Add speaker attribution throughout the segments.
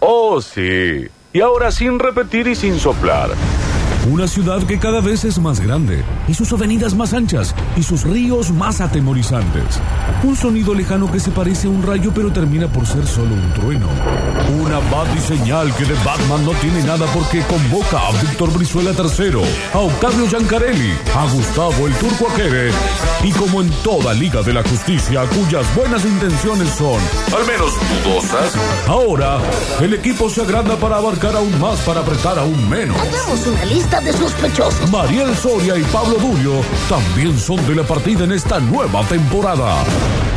Speaker 1: Oh, sí. Y ahora sin repetir y sin soplar.
Speaker 2: Una ciudad que cada vez es más grande, y sus avenidas más anchas, y sus ríos más atemorizantes. Un sonido lejano que se parece a un rayo pero termina por ser solo un trueno. Una batiseñal que de Batman no tiene nada porque convoca a Víctor Brizuela III, a Octavio Giancarelli, a Gustavo el Turco Aquere, y como en toda Liga de la Justicia cuyas buenas intenciones son,
Speaker 1: Al menos dudosas.
Speaker 2: ahora el equipo se agranda para abarcar aún más para apretar aún menos.
Speaker 3: Hagamos una lista de sospechosos.
Speaker 2: Mariel Soria y Pablo Durio también son de la partida en esta nueva temporada.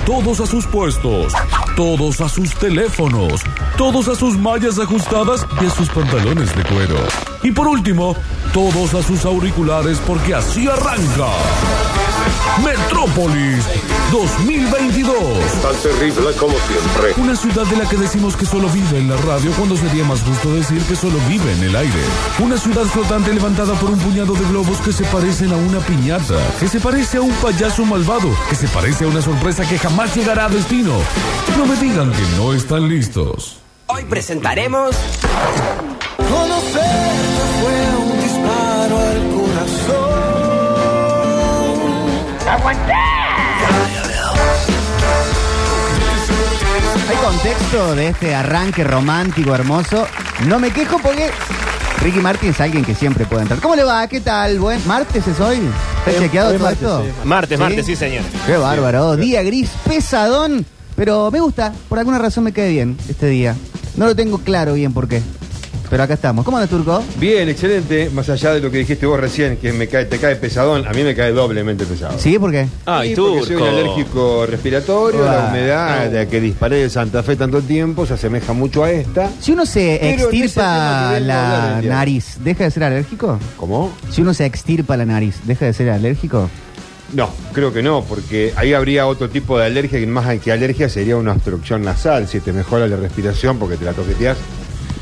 Speaker 2: Todos a sus puestos, todos a sus teléfonos, todos a sus mallas ajustadas y a sus pantalones de cuero. Y por último, todos a sus auriculares porque así arranca. Metrópolis 2022.
Speaker 4: Tan terrible como siempre.
Speaker 2: Una ciudad de la que decimos que solo vive en la radio cuando sería más justo decir que solo vive en el aire. Una ciudad flotante levantada por un puñado de globos que se parecen a una piñata, que se parece a un payaso malvado, que se parece a una sorpresa que jamás llegará a destino. No me digan que no están listos.
Speaker 5: Hoy presentaremos
Speaker 6: Conocerla fue un disparo al corazón.
Speaker 7: Hay contexto de este arranque romántico, hermoso. No me quejo porque Ricky Martin es alguien que siempre puede entrar. ¿Cómo le va? ¿Qué tal? ¿Buen martes es hoy? ¿Está chequeado todo esto?
Speaker 8: Martes, martes, sí, señor.
Speaker 7: Qué bárbaro. Día gris, pesadón. Pero me gusta. Por alguna razón me cae bien este día. No lo tengo claro bien por qué. Pero acá estamos. ¿Cómo andas, Turco?
Speaker 9: Bien, excelente. Más allá de lo que dijiste vos recién, que me cae, te cae pesadón, a mí me cae doblemente pesado.
Speaker 7: ¿Sí? ¿Por qué?
Speaker 8: Ay,
Speaker 9: Sí,
Speaker 8: turco.
Speaker 9: porque soy un alérgico respiratorio, la
Speaker 7: Ah,
Speaker 9: humedad de que disparé de Santa Fe tanto tiempo se asemeja mucho a esta.
Speaker 7: Si uno se
Speaker 9: Pero en ese tema
Speaker 7: extirpa
Speaker 9: quería hablar
Speaker 7: la
Speaker 9: el día.
Speaker 7: nariz, ¿deja de ser alérgico?
Speaker 9: ¿Cómo?
Speaker 7: Si uno se extirpa la nariz, ¿deja de ser alérgico?
Speaker 9: No, creo que no, porque ahí habría otro tipo de alergia, que más que alergia sería una obstrucción nasal, si te mejora la respiración porque te la toqueteas.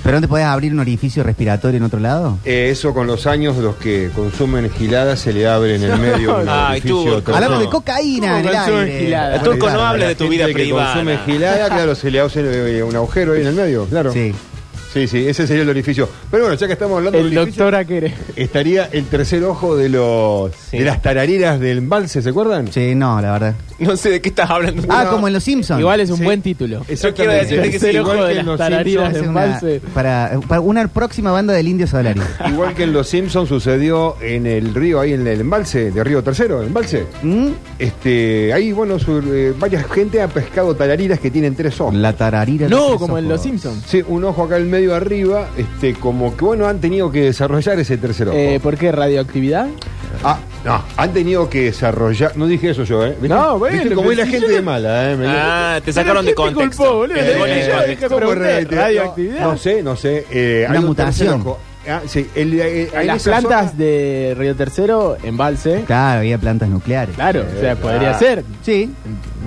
Speaker 7: ¿Pero no te podés abrir un orificio respiratorio en otro lado?
Speaker 9: Eh, eso con los años, los que consumen giladas se le abre en el medio un
Speaker 8: Ay,
Speaker 9: orificio
Speaker 8: turco.
Speaker 9: otro
Speaker 7: Hablamos
Speaker 9: no.
Speaker 7: de cocaína en el aire.
Speaker 8: El turco no
Speaker 9: Claro,
Speaker 8: habla
Speaker 9: la
Speaker 8: de tu
Speaker 9: gente
Speaker 8: vida
Speaker 9: que
Speaker 8: privada.
Speaker 9: consume gilada, claro, se le hace eh, un agujero ahí en el medio, claro.
Speaker 7: Sí.
Speaker 9: Sí, sí, ese sería el orificio. Pero bueno, ya que estamos hablando
Speaker 10: El
Speaker 9: del orificio,
Speaker 10: doctor Aquere.
Speaker 9: estaría el tercer ojo de los
Speaker 8: Sí.
Speaker 9: de las tarareras del embalse, ¿se acuerdan?
Speaker 7: Sí, no, la verdad.
Speaker 8: No sé de qué estás hablando.
Speaker 7: Ah, como en Los Simpsons.
Speaker 10: Igual es un
Speaker 9: Sí.
Speaker 10: buen título.
Speaker 9: Exactamente.
Speaker 8: Yo quiero decirte que sí,
Speaker 10: Tercer
Speaker 9: igual que
Speaker 10: ojo de
Speaker 9: en
Speaker 10: las
Speaker 9: los
Speaker 10: tararidas
Speaker 7: Hace
Speaker 10: de
Speaker 7: una,
Speaker 10: embalse.
Speaker 7: para, para una próxima banda del Indio Solari.
Speaker 9: Simpsons- igual que en los Simpsons sucedió en el río, ahí en el embalse, de Río Tercero, el embalse.
Speaker 7: ¿Mm?
Speaker 9: Este, ahí, bueno, su- eh, varias gente ha pescado tarariras que tienen tres ojos.
Speaker 7: La tararira. de
Speaker 10: No,
Speaker 7: tres
Speaker 10: como en
Speaker 7: ojos.
Speaker 10: Los Simpsons.
Speaker 9: Sí, un ojo acá en medio arriba, este, como que bueno, han tenido que desarrollar ese tercer ojo.
Speaker 10: Eh, ¿Por qué? ¿Radioactividad?
Speaker 9: Ah, no, han tenido que desarrollar. No dije eso yo, ¿eh? ¿Viste?
Speaker 10: No, bueno,
Speaker 9: ¿Viste cómo
Speaker 10: pero
Speaker 9: es la
Speaker 10: si
Speaker 9: gente
Speaker 10: yo-
Speaker 9: de mala, ¿eh? Me- eh,
Speaker 8: Ah, te sacaron de
Speaker 10: ¿Quién te
Speaker 8: contexto.
Speaker 10: culpó, boludo? Eh,
Speaker 8: Te
Speaker 10: Le
Speaker 8: sacaron de
Speaker 10: dije yo,
Speaker 8: contexto.
Speaker 10: dije,
Speaker 9: ¿Cómo
Speaker 10: pregunté,
Speaker 9: radioactividad?
Speaker 10: radioactividad.
Speaker 9: No, no sé, no sé. eh,
Speaker 7: Una
Speaker 9: hay un
Speaker 7: mutación.
Speaker 9: tercer ojo. Ah, sí, el, eh, eh, en
Speaker 10: En las
Speaker 9: esa
Speaker 10: plantas
Speaker 9: zona-
Speaker 10: de Río Tercero, embalse.
Speaker 7: Claro, había plantas nucleares.
Speaker 10: Claro, o sea, podría
Speaker 8: Ah.
Speaker 9: claro.
Speaker 10: ser.
Speaker 7: Sí.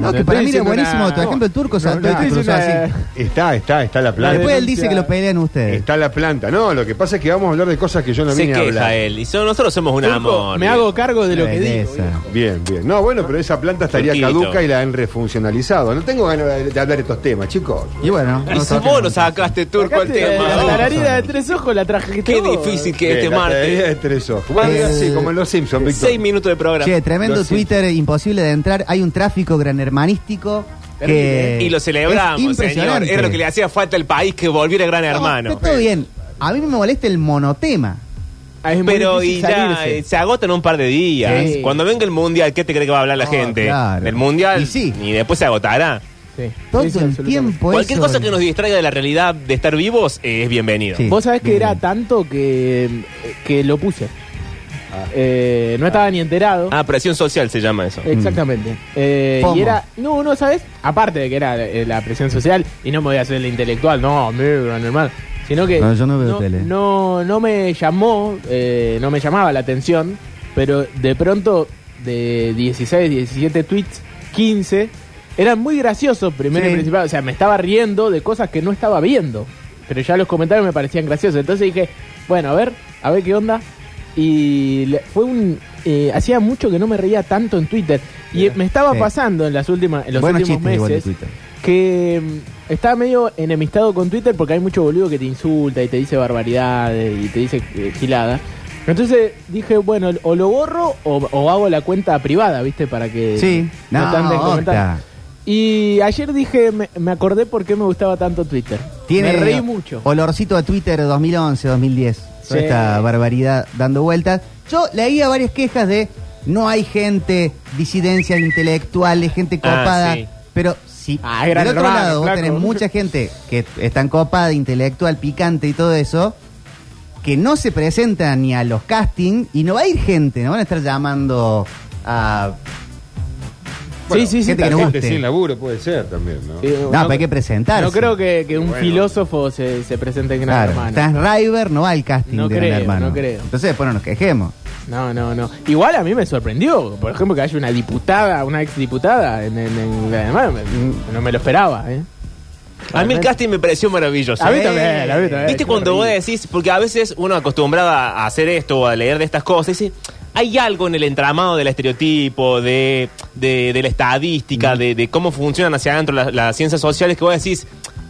Speaker 7: No,
Speaker 10: No
Speaker 7: que
Speaker 10: estoy
Speaker 7: para mí era
Speaker 10: diciendo
Speaker 7: buenísimo.
Speaker 10: una-
Speaker 7: Tu ejemplo, el turco
Speaker 9: No, no,
Speaker 7: saltó y te
Speaker 9: estoy
Speaker 7: cruzó
Speaker 10: diciendo
Speaker 7: así.
Speaker 9: Está, está, está la planta.
Speaker 7: Después él
Speaker 10: denuncia-
Speaker 7: dice que lo pelean ustedes.
Speaker 9: Está la planta. No, lo que pasa es que vamos a hablar de cosas que yo no
Speaker 8: Se
Speaker 9: vine a hablar.
Speaker 8: queja él. Y so- nosotros somos un
Speaker 10: Turco,
Speaker 8: amor.
Speaker 10: me
Speaker 8: bien.
Speaker 10: hago cargo de lo
Speaker 7: Qué
Speaker 10: que digo.
Speaker 7: belleza.
Speaker 9: Bien, bien. No, bueno, pero esa planta estaría
Speaker 8: Turquito.
Speaker 9: caduca y la han refuncionalizado. No tengo ganas de, de hablar de estos temas, chicos.
Speaker 7: Y bueno.
Speaker 8: Y
Speaker 7: no
Speaker 8: si
Speaker 7: sabemos.
Speaker 8: vos lo sacaste turco el
Speaker 10: Sacate La
Speaker 8: tema.
Speaker 7: tarari-
Speaker 10: tararida de tres ojos la traje.
Speaker 8: Qué difícil que este
Speaker 9: Bien, la teoría de
Speaker 8: martes.
Speaker 9: tres ojos. Bueno,
Speaker 7: Eh,
Speaker 9: así, como en los Simpsons, Víctor.
Speaker 8: Seis minutos de programa.
Speaker 7: Che, tremendo
Speaker 9: Los
Speaker 7: Twitter, imposible de entrar. Hay un tráfico granhermanístico que.
Speaker 8: Y lo
Speaker 7: es
Speaker 8: celebramos, señor.
Speaker 7: impresionante.
Speaker 8: Era lo que le hacía falta al país que volviera gran
Speaker 7: No,
Speaker 8: hermano.
Speaker 7: Está todo bien. A mí me molesta el monotema.
Speaker 10: Ah,
Speaker 8: Pero y ya eh, se agotan un par de días.
Speaker 10: Sí.
Speaker 8: Cuando venga el mundial, ¿qué te cree que va a hablar la gente?
Speaker 7: claro.
Speaker 8: Del mundial.
Speaker 7: Y sí.
Speaker 8: Y después se agotará.
Speaker 7: Todo el tiempo
Speaker 8: Cualquier
Speaker 7: eso-
Speaker 8: cosa que nos distraiga de la realidad de estar vivos eh, es bienvenido.
Speaker 7: Sí. Mm.
Speaker 10: Vos sabés que
Speaker 7: Bien.
Speaker 10: era tanto que, que lo puse.
Speaker 9: Ah.
Speaker 10: Eh, no estaba ni enterado.
Speaker 8: Ah, presión social se llama eso.
Speaker 10: Exactamente. Eh,
Speaker 7: Mm. Fomo.
Speaker 10: y era, no, no, ¿sabes? Aparte de que era eh, la presión social, y no me voy a hacer el intelectual, no, amigo, gran hermano, sino que...
Speaker 7: No, yo no veo tele.
Speaker 10: No, no me llamó, eh, no me llamaba la atención, pero de pronto de 16, 17 tweets, 15, eran muy graciosos, primero
Speaker 7: Sí.
Speaker 10: y principal, o sea, me estaba riendo de cosas que no estaba viendo, pero ya los comentarios me parecían graciosos, entonces dije, bueno, a ver, a ver qué onda, y le- fue un eh, hacía mucho que no me reía tanto en Twitter y eh, me estaba
Speaker 7: Sí.
Speaker 10: pasando en las últimas en los
Speaker 7: Buenos
Speaker 10: últimos
Speaker 7: chistes igual de
Speaker 10: meses
Speaker 7: Twitter.
Speaker 10: que mm, está medio enemistado con Twitter porque hay mucho boludo que te insulta y te dice barbaridades y te dice eh, giladas. Entonces dije, bueno, o lo borro o, o hago la cuenta privada, ¿viste? Para que
Speaker 7: Sí.
Speaker 8: eh,
Speaker 7: No,
Speaker 10: te anden
Speaker 7: Octa.
Speaker 10: comentando. Y ayer dije, me, me acordé por qué me gustaba tanto Twitter.
Speaker 7: Tiene
Speaker 10: me reí mucho.
Speaker 7: Olorcito a Twitter 2011, 2010. Toda
Speaker 10: Sí.
Speaker 7: esta barbaridad dando vueltas. Yo leía varias quejas de no hay gente, disidencias intelectuales, gente
Speaker 8: Ah,
Speaker 7: copada.
Speaker 8: sí.
Speaker 7: Pero si
Speaker 10: Ah,
Speaker 7: del
Speaker 10: gran
Speaker 7: otro
Speaker 10: hermano,
Speaker 7: lado vos
Speaker 10: flaco.
Speaker 7: tenés mucha gente que es tan copada, intelectual, picante y todo eso, que no se presenta ni a los castings y no va a ir gente, no van a estar llamando a.
Speaker 10: sí, sí, sí.
Speaker 7: gente que
Speaker 10: tal
Speaker 7: no
Speaker 10: cual.
Speaker 9: Gente
Speaker 7: guste.
Speaker 9: sin laburo puede ser también, ¿no?
Speaker 10: Sí,
Speaker 7: No, pero hay que presentarse.
Speaker 10: No creo que, que un
Speaker 9: Bueno.
Speaker 10: filósofo se, se presente en Gran
Speaker 7: Claro,
Speaker 10: Hermano.
Speaker 7: Stan River no va al casting
Speaker 10: No
Speaker 7: de Gran
Speaker 10: creo,
Speaker 7: Hermano.
Speaker 10: no creo.
Speaker 7: Entonces, después no nos quejemos.
Speaker 10: No, no, no. Igual a mí me sorprendió, por ejemplo, que haya una diputada, una exdiputada en, en, en Gran Hermano. Me- No me lo esperaba, ¿eh?
Speaker 8: A mí el casting me pareció maravilloso. ¿eh?
Speaker 10: A mí también, a mí también.
Speaker 8: ¿Viste cuando vos decís? Porque a veces uno acostumbrada a hacer esto o a leer de estas cosas, dice, hay algo en el entramado del estereotipo, de, de, de la
Speaker 10: Mm.
Speaker 8: estadística, de, de cómo funcionan hacia adentro las, las ciencias sociales, que vos decís,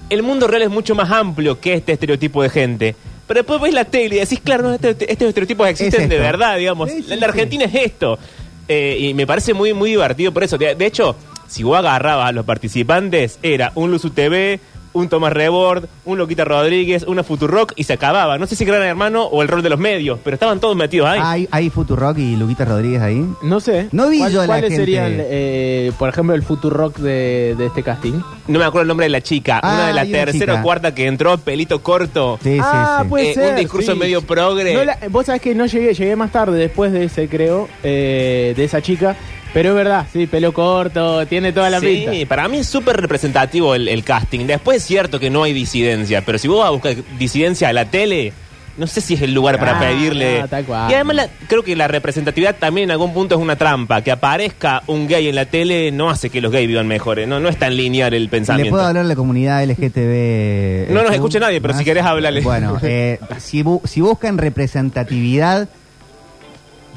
Speaker 8: el mundo real es mucho más amplio que este estereotipo de gente. Pero después ves la tele y decís, claro, no, este- estos estereotipos existen de
Speaker 7: esto.
Speaker 8: verdad, digamos.
Speaker 7: Sí, sí,
Speaker 8: La- la
Speaker 7: sí.
Speaker 8: Argentina es esto. Eh, y me parece muy, muy divertido por eso. De, de hecho, si vos agarrabas a los participantes, era un Luzu TV, un Tomás Rebord, un Loquita Rodríguez, una Futurock y se acababa. No sé si Gran Hermano o el rol de los medios, pero estaban todos metidos ahí.
Speaker 7: ¿Hay, hay Futurock y Luquita Rodríguez ahí?
Speaker 10: No sé.
Speaker 7: No vi
Speaker 10: ¿Cuál-
Speaker 7: yo a la
Speaker 10: ¿Cuáles
Speaker 7: gente.
Speaker 10: serían, eh, por ejemplo, el Futurock de, de este casting?
Speaker 8: No me acuerdo el nombre de la chica.
Speaker 7: Ah,
Speaker 8: una de la
Speaker 7: hay una
Speaker 8: tercera
Speaker 7: chica.
Speaker 8: o cuarta que entró, pelito corto.
Speaker 7: Sí, sí,
Speaker 10: ah,
Speaker 7: sí.
Speaker 10: puede
Speaker 8: Eh,
Speaker 10: ser.
Speaker 8: un discurso
Speaker 10: sí.
Speaker 8: medio progre.
Speaker 10: No la- vos sabés que no llegué, llegué más tarde después de ese, creo, eh, de esa chica. Pero es verdad, sí, pelo corto, tiene toda la pinta.
Speaker 8: Sí, para mí es súper representativo el, el casting. Después es cierto que no hay disidencia, pero si vos vas a buscar disidencia a la tele, no sé si es el lugar para
Speaker 10: Ah,
Speaker 8: pedirle.
Speaker 10: no, tal cual.
Speaker 8: Y además la- creo que la representatividad también en algún punto es una trampa. Que aparezca un gay en la tele no hace que los gays vivan mejores. No, no es tan lineal el
Speaker 7: ¿Le puedo
Speaker 8: pensamiento.
Speaker 7: hablar a la comunidad LGTB?
Speaker 8: No nos
Speaker 7: ¿Tú?
Speaker 8: escucha nadie, pero si
Speaker 7: ¿Más?
Speaker 8: querés, háblale.
Speaker 7: Bueno, eh, si, bu- si buscan representatividad,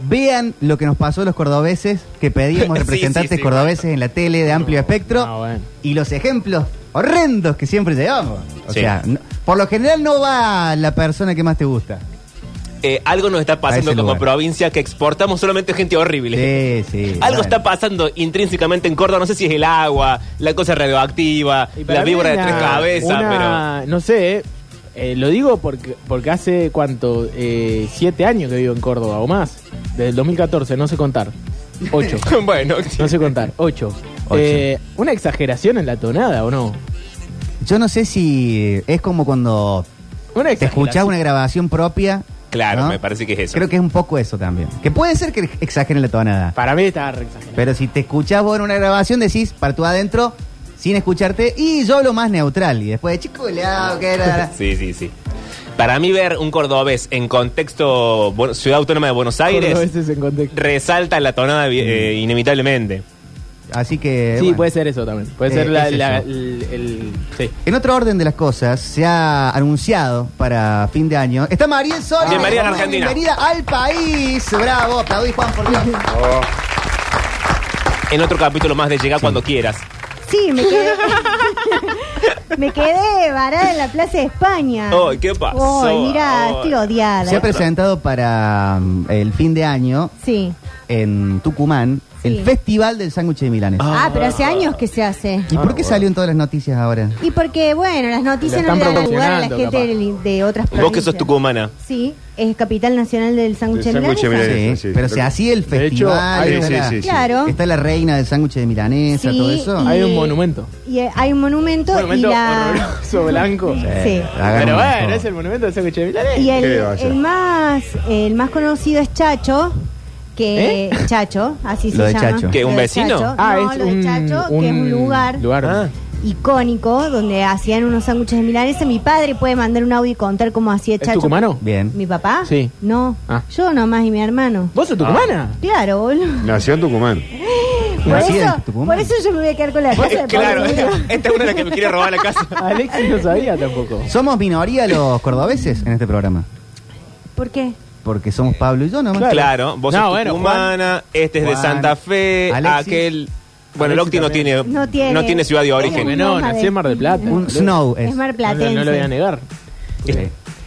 Speaker 7: vean lo que nos pasó a los cordobeses, que pedíamos
Speaker 8: Sí,
Speaker 7: representantes
Speaker 8: sí, sí,
Speaker 7: cordobeses en la tele de amplio espectro,
Speaker 10: no, bueno.
Speaker 7: y los ejemplos horrendos que siempre llevamos. O
Speaker 8: Sí.
Speaker 7: sea, no- por lo general no va la persona que más te gusta.
Speaker 8: Eh, algo nos está pasando
Speaker 7: ese
Speaker 8: como
Speaker 7: lugar.
Speaker 8: provincia que exportamos solamente gente horrible.
Speaker 7: Sí, sí.
Speaker 8: Algo
Speaker 7: bueno.
Speaker 8: está pasando intrínsecamente en Córdoba, no sé si es el agua, la cosa radioactiva,
Speaker 10: Y para
Speaker 8: la
Speaker 10: mí
Speaker 8: víbora de
Speaker 10: una-
Speaker 8: tres cabezas,
Speaker 10: una- No sé, eh, eh, lo digo porque, porque hace cuánto, eh, siete años que vivo en Córdoba o más. Desde el 2014, no sé contar. Ocho.
Speaker 8: pero... bueno,
Speaker 10: no sé contar, ocho.
Speaker 7: Ocho.
Speaker 10: Eh, una exageración en la tonada, ¿o no?
Speaker 7: Yo no sé si es como cuando
Speaker 10: Una
Speaker 7: te escuchás
Speaker 10: exageración.
Speaker 7: una grabación propia.
Speaker 8: Claro,
Speaker 7: ¿no?
Speaker 8: me parece que es eso.
Speaker 7: Creo que es un poco eso también. Que puede ser que exageren la tonada.
Speaker 10: Para mí estaba re exagerado.
Speaker 7: Pero si te escuchás vos en una grabación, decís, para tú adentro, sin escucharte, y yo lo más neutral. Y después, chico, le hago que era.
Speaker 8: Sí, sí, sí. Para mí ver un cordobés en contexto bueno, ciudad autónoma de Buenos Aires
Speaker 10: Cordobeses en contexto.
Speaker 8: resalta la tonada eh, inevitablemente.
Speaker 7: Así que.
Speaker 10: Sí,
Speaker 7: Eh, bueno.
Speaker 10: puede ser eso también. Puede
Speaker 7: Eh,
Speaker 10: ser la,
Speaker 7: es
Speaker 10: la-
Speaker 7: eso.
Speaker 10: el, el- sí.
Speaker 7: En otro orden de las cosas, se ha anunciado para fin de año. Está Mariel Soria.
Speaker 8: Bienvenida a la Argentina.
Speaker 7: Bienvenida al país. Bravo, aplaudí Juan por Dios.
Speaker 8: En otro capítulo más de Llegar cuando quieras.
Speaker 5: Sí, me quedé. me quedé varada en la Plaza de España.
Speaker 8: Ay, ¿qué pasó?
Speaker 5: Ay, mira,
Speaker 8: Ay.
Speaker 5: estoy odiada.
Speaker 7: Se ha presentado para mm, el fin de año
Speaker 5: Sí.
Speaker 7: en Tucumán el
Speaker 5: Sí.
Speaker 7: Festival del Sándwich de Milanes.
Speaker 5: Ah, pero hace años que se hace.
Speaker 7: ¿Y por qué salió en todas las noticias ahora?
Speaker 5: Y porque, bueno, las
Speaker 10: La
Speaker 5: noticias no
Speaker 10: están
Speaker 5: le dan lugar a la
Speaker 10: promocionando,
Speaker 5: gente de, de otras provincias.
Speaker 8: Vos que sos tucumana.
Speaker 5: Sí, es capital nacional del sándwich
Speaker 9: Del
Speaker 5: de
Speaker 9: sándwich de
Speaker 5: milanesa.
Speaker 9: milanesa.
Speaker 7: Sí,
Speaker 9: sí,
Speaker 7: pero
Speaker 9: sí.
Speaker 7: si así el
Speaker 10: De hecho,
Speaker 7: festival,
Speaker 10: hay-
Speaker 7: está,
Speaker 9: Sí,
Speaker 7: la,
Speaker 9: sí, sí.
Speaker 5: Claro.
Speaker 7: está la reina del sándwich de milanesa,
Speaker 5: Sí,
Speaker 7: todo eso.
Speaker 5: y-
Speaker 10: Hay un monumento.
Speaker 5: Y eh, hay un monumento,
Speaker 10: Monumento
Speaker 5: y la...
Speaker 10: horroroso, blanco.
Speaker 5: Sí.
Speaker 10: Pero
Speaker 7: hagan Eh, un
Speaker 10: bueno,
Speaker 7: mejor.
Speaker 10: es el monumento de Sándwich de Milanés.
Speaker 5: Y el,
Speaker 9: ¿Qué le va a hacer?
Speaker 5: el más el más conocido es Chacho, que
Speaker 10: ¿Eh?
Speaker 5: Chacho, así
Speaker 7: Lo
Speaker 5: se
Speaker 7: de
Speaker 5: llama.
Speaker 7: Chacho.
Speaker 8: ¿Qué,
Speaker 5: Lo
Speaker 8: un
Speaker 5: de
Speaker 8: vecino?
Speaker 5: Chacho.
Speaker 10: Ah,
Speaker 5: no,
Speaker 10: es
Speaker 5: lo de
Speaker 10: un,
Speaker 5: Chacho, que es un lugar,
Speaker 10: lugar.
Speaker 8: Ah.
Speaker 5: icónico donde hacían unos sándwiches de milanesa. Mi padre puede mandar un audio y contar cómo hacía
Speaker 10: ¿Es
Speaker 5: Chacho.
Speaker 10: tucumano?
Speaker 7: Bien.
Speaker 5: ¿Mi papá?
Speaker 10: Sí.
Speaker 5: No,
Speaker 10: Ah.
Speaker 5: yo nomás y mi hermano.
Speaker 10: ¿Vos sos tucumana?
Speaker 5: Claro, boludo.
Speaker 9: Nació en Tucumán.
Speaker 5: Por
Speaker 7: Nací en
Speaker 5: eso,
Speaker 7: Tucumán.
Speaker 5: por eso yo me voy a quedar con la casa de
Speaker 8: claro,
Speaker 5: Pablo Neruda.
Speaker 8: esta es una de las que me quiere robar la casa.
Speaker 10: Alexis no sabía tampoco.
Speaker 7: Somos minoría los cordobeses en este programa.
Speaker 5: ¿Por qué?
Speaker 7: Porque somos Pablo y yo nomás.
Speaker 8: Claro, vos
Speaker 10: No,
Speaker 8: sos
Speaker 10: bueno,
Speaker 8: tucumana, este es de
Speaker 7: Juan,
Speaker 8: Santa Fe,
Speaker 7: Alexis.
Speaker 8: aquel Bueno, el Octi no
Speaker 10: también.
Speaker 8: tiene,
Speaker 5: No tiene.
Speaker 8: ciudad de
Speaker 10: ¿Cómo que
Speaker 8: origen.
Speaker 10: no?
Speaker 5: No,
Speaker 10: Nací en Mar del Plata.
Speaker 7: Un snow es.
Speaker 5: Es
Speaker 10: No,
Speaker 5: marplatense.
Speaker 10: lo- no lo voy a negar.
Speaker 8: Es-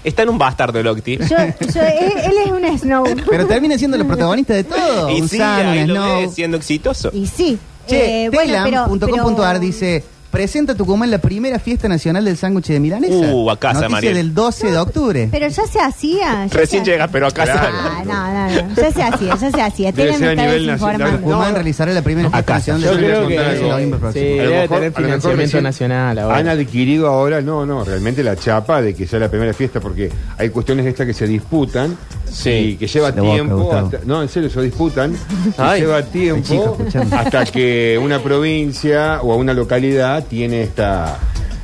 Speaker 8: Está en un bastardo el Octi.
Speaker 5: Yo, yo, él, él es un snow.
Speaker 7: Pero termina siendo el protagonista de todo.
Speaker 8: y
Speaker 7: un
Speaker 8: sí,
Speaker 7: Sam,
Speaker 8: ahí
Speaker 7: un
Speaker 8: lo
Speaker 7: Snow.
Speaker 8: ves siendo exitoso.
Speaker 5: Y sí.
Speaker 7: Che,
Speaker 5: eh, bueno, pero-
Speaker 7: telam.com.ar
Speaker 5: pero-
Speaker 7: dice, presenta Tucumán la primera fiesta nacional del sándwich de milanesa.
Speaker 8: Uh, a casa,
Speaker 7: Noticia
Speaker 8: Mariel.
Speaker 7: del 12 de octubre.
Speaker 5: Pero ya se hacía. ya
Speaker 8: Recién
Speaker 5: se-
Speaker 8: llegas, pero a casa.
Speaker 5: Ah, no, no, no. Ya se hacía, ya se hacía.
Speaker 9: Debe
Speaker 5: Telam
Speaker 9: ser a
Speaker 5: está
Speaker 9: nivel
Speaker 5: desinformando.
Speaker 9: nacional.
Speaker 7: Tucumán realizará la primera fiesta
Speaker 8: casa.
Speaker 7: nacional
Speaker 9: Yo
Speaker 7: del
Speaker 9: creo
Speaker 7: sándwich
Speaker 9: que-
Speaker 7: de noviembre
Speaker 10: Sí,
Speaker 7: próximo.
Speaker 9: A lo mejor-
Speaker 10: debe tener
Speaker 9: a lo mejor
Speaker 10: financiamiento
Speaker 9: recién
Speaker 10: nacional
Speaker 8: Ah,
Speaker 9: Han
Speaker 10: ahora.
Speaker 9: adquirido ahora, no, no, realmente la chapa de que sea la primera fiesta, porque hay cuestiones estas que se disputan
Speaker 8: Sí.
Speaker 9: y que lleva
Speaker 7: De boca,
Speaker 9: tiempo.
Speaker 7: Gustavo.
Speaker 9: hasta- no, en serio, se disputan. y
Speaker 8: Ay.
Speaker 9: lleva
Speaker 7: Ay, chico,
Speaker 9: tiempo
Speaker 7: escuchame.
Speaker 9: hasta que una provincia o una localidad tiene esta.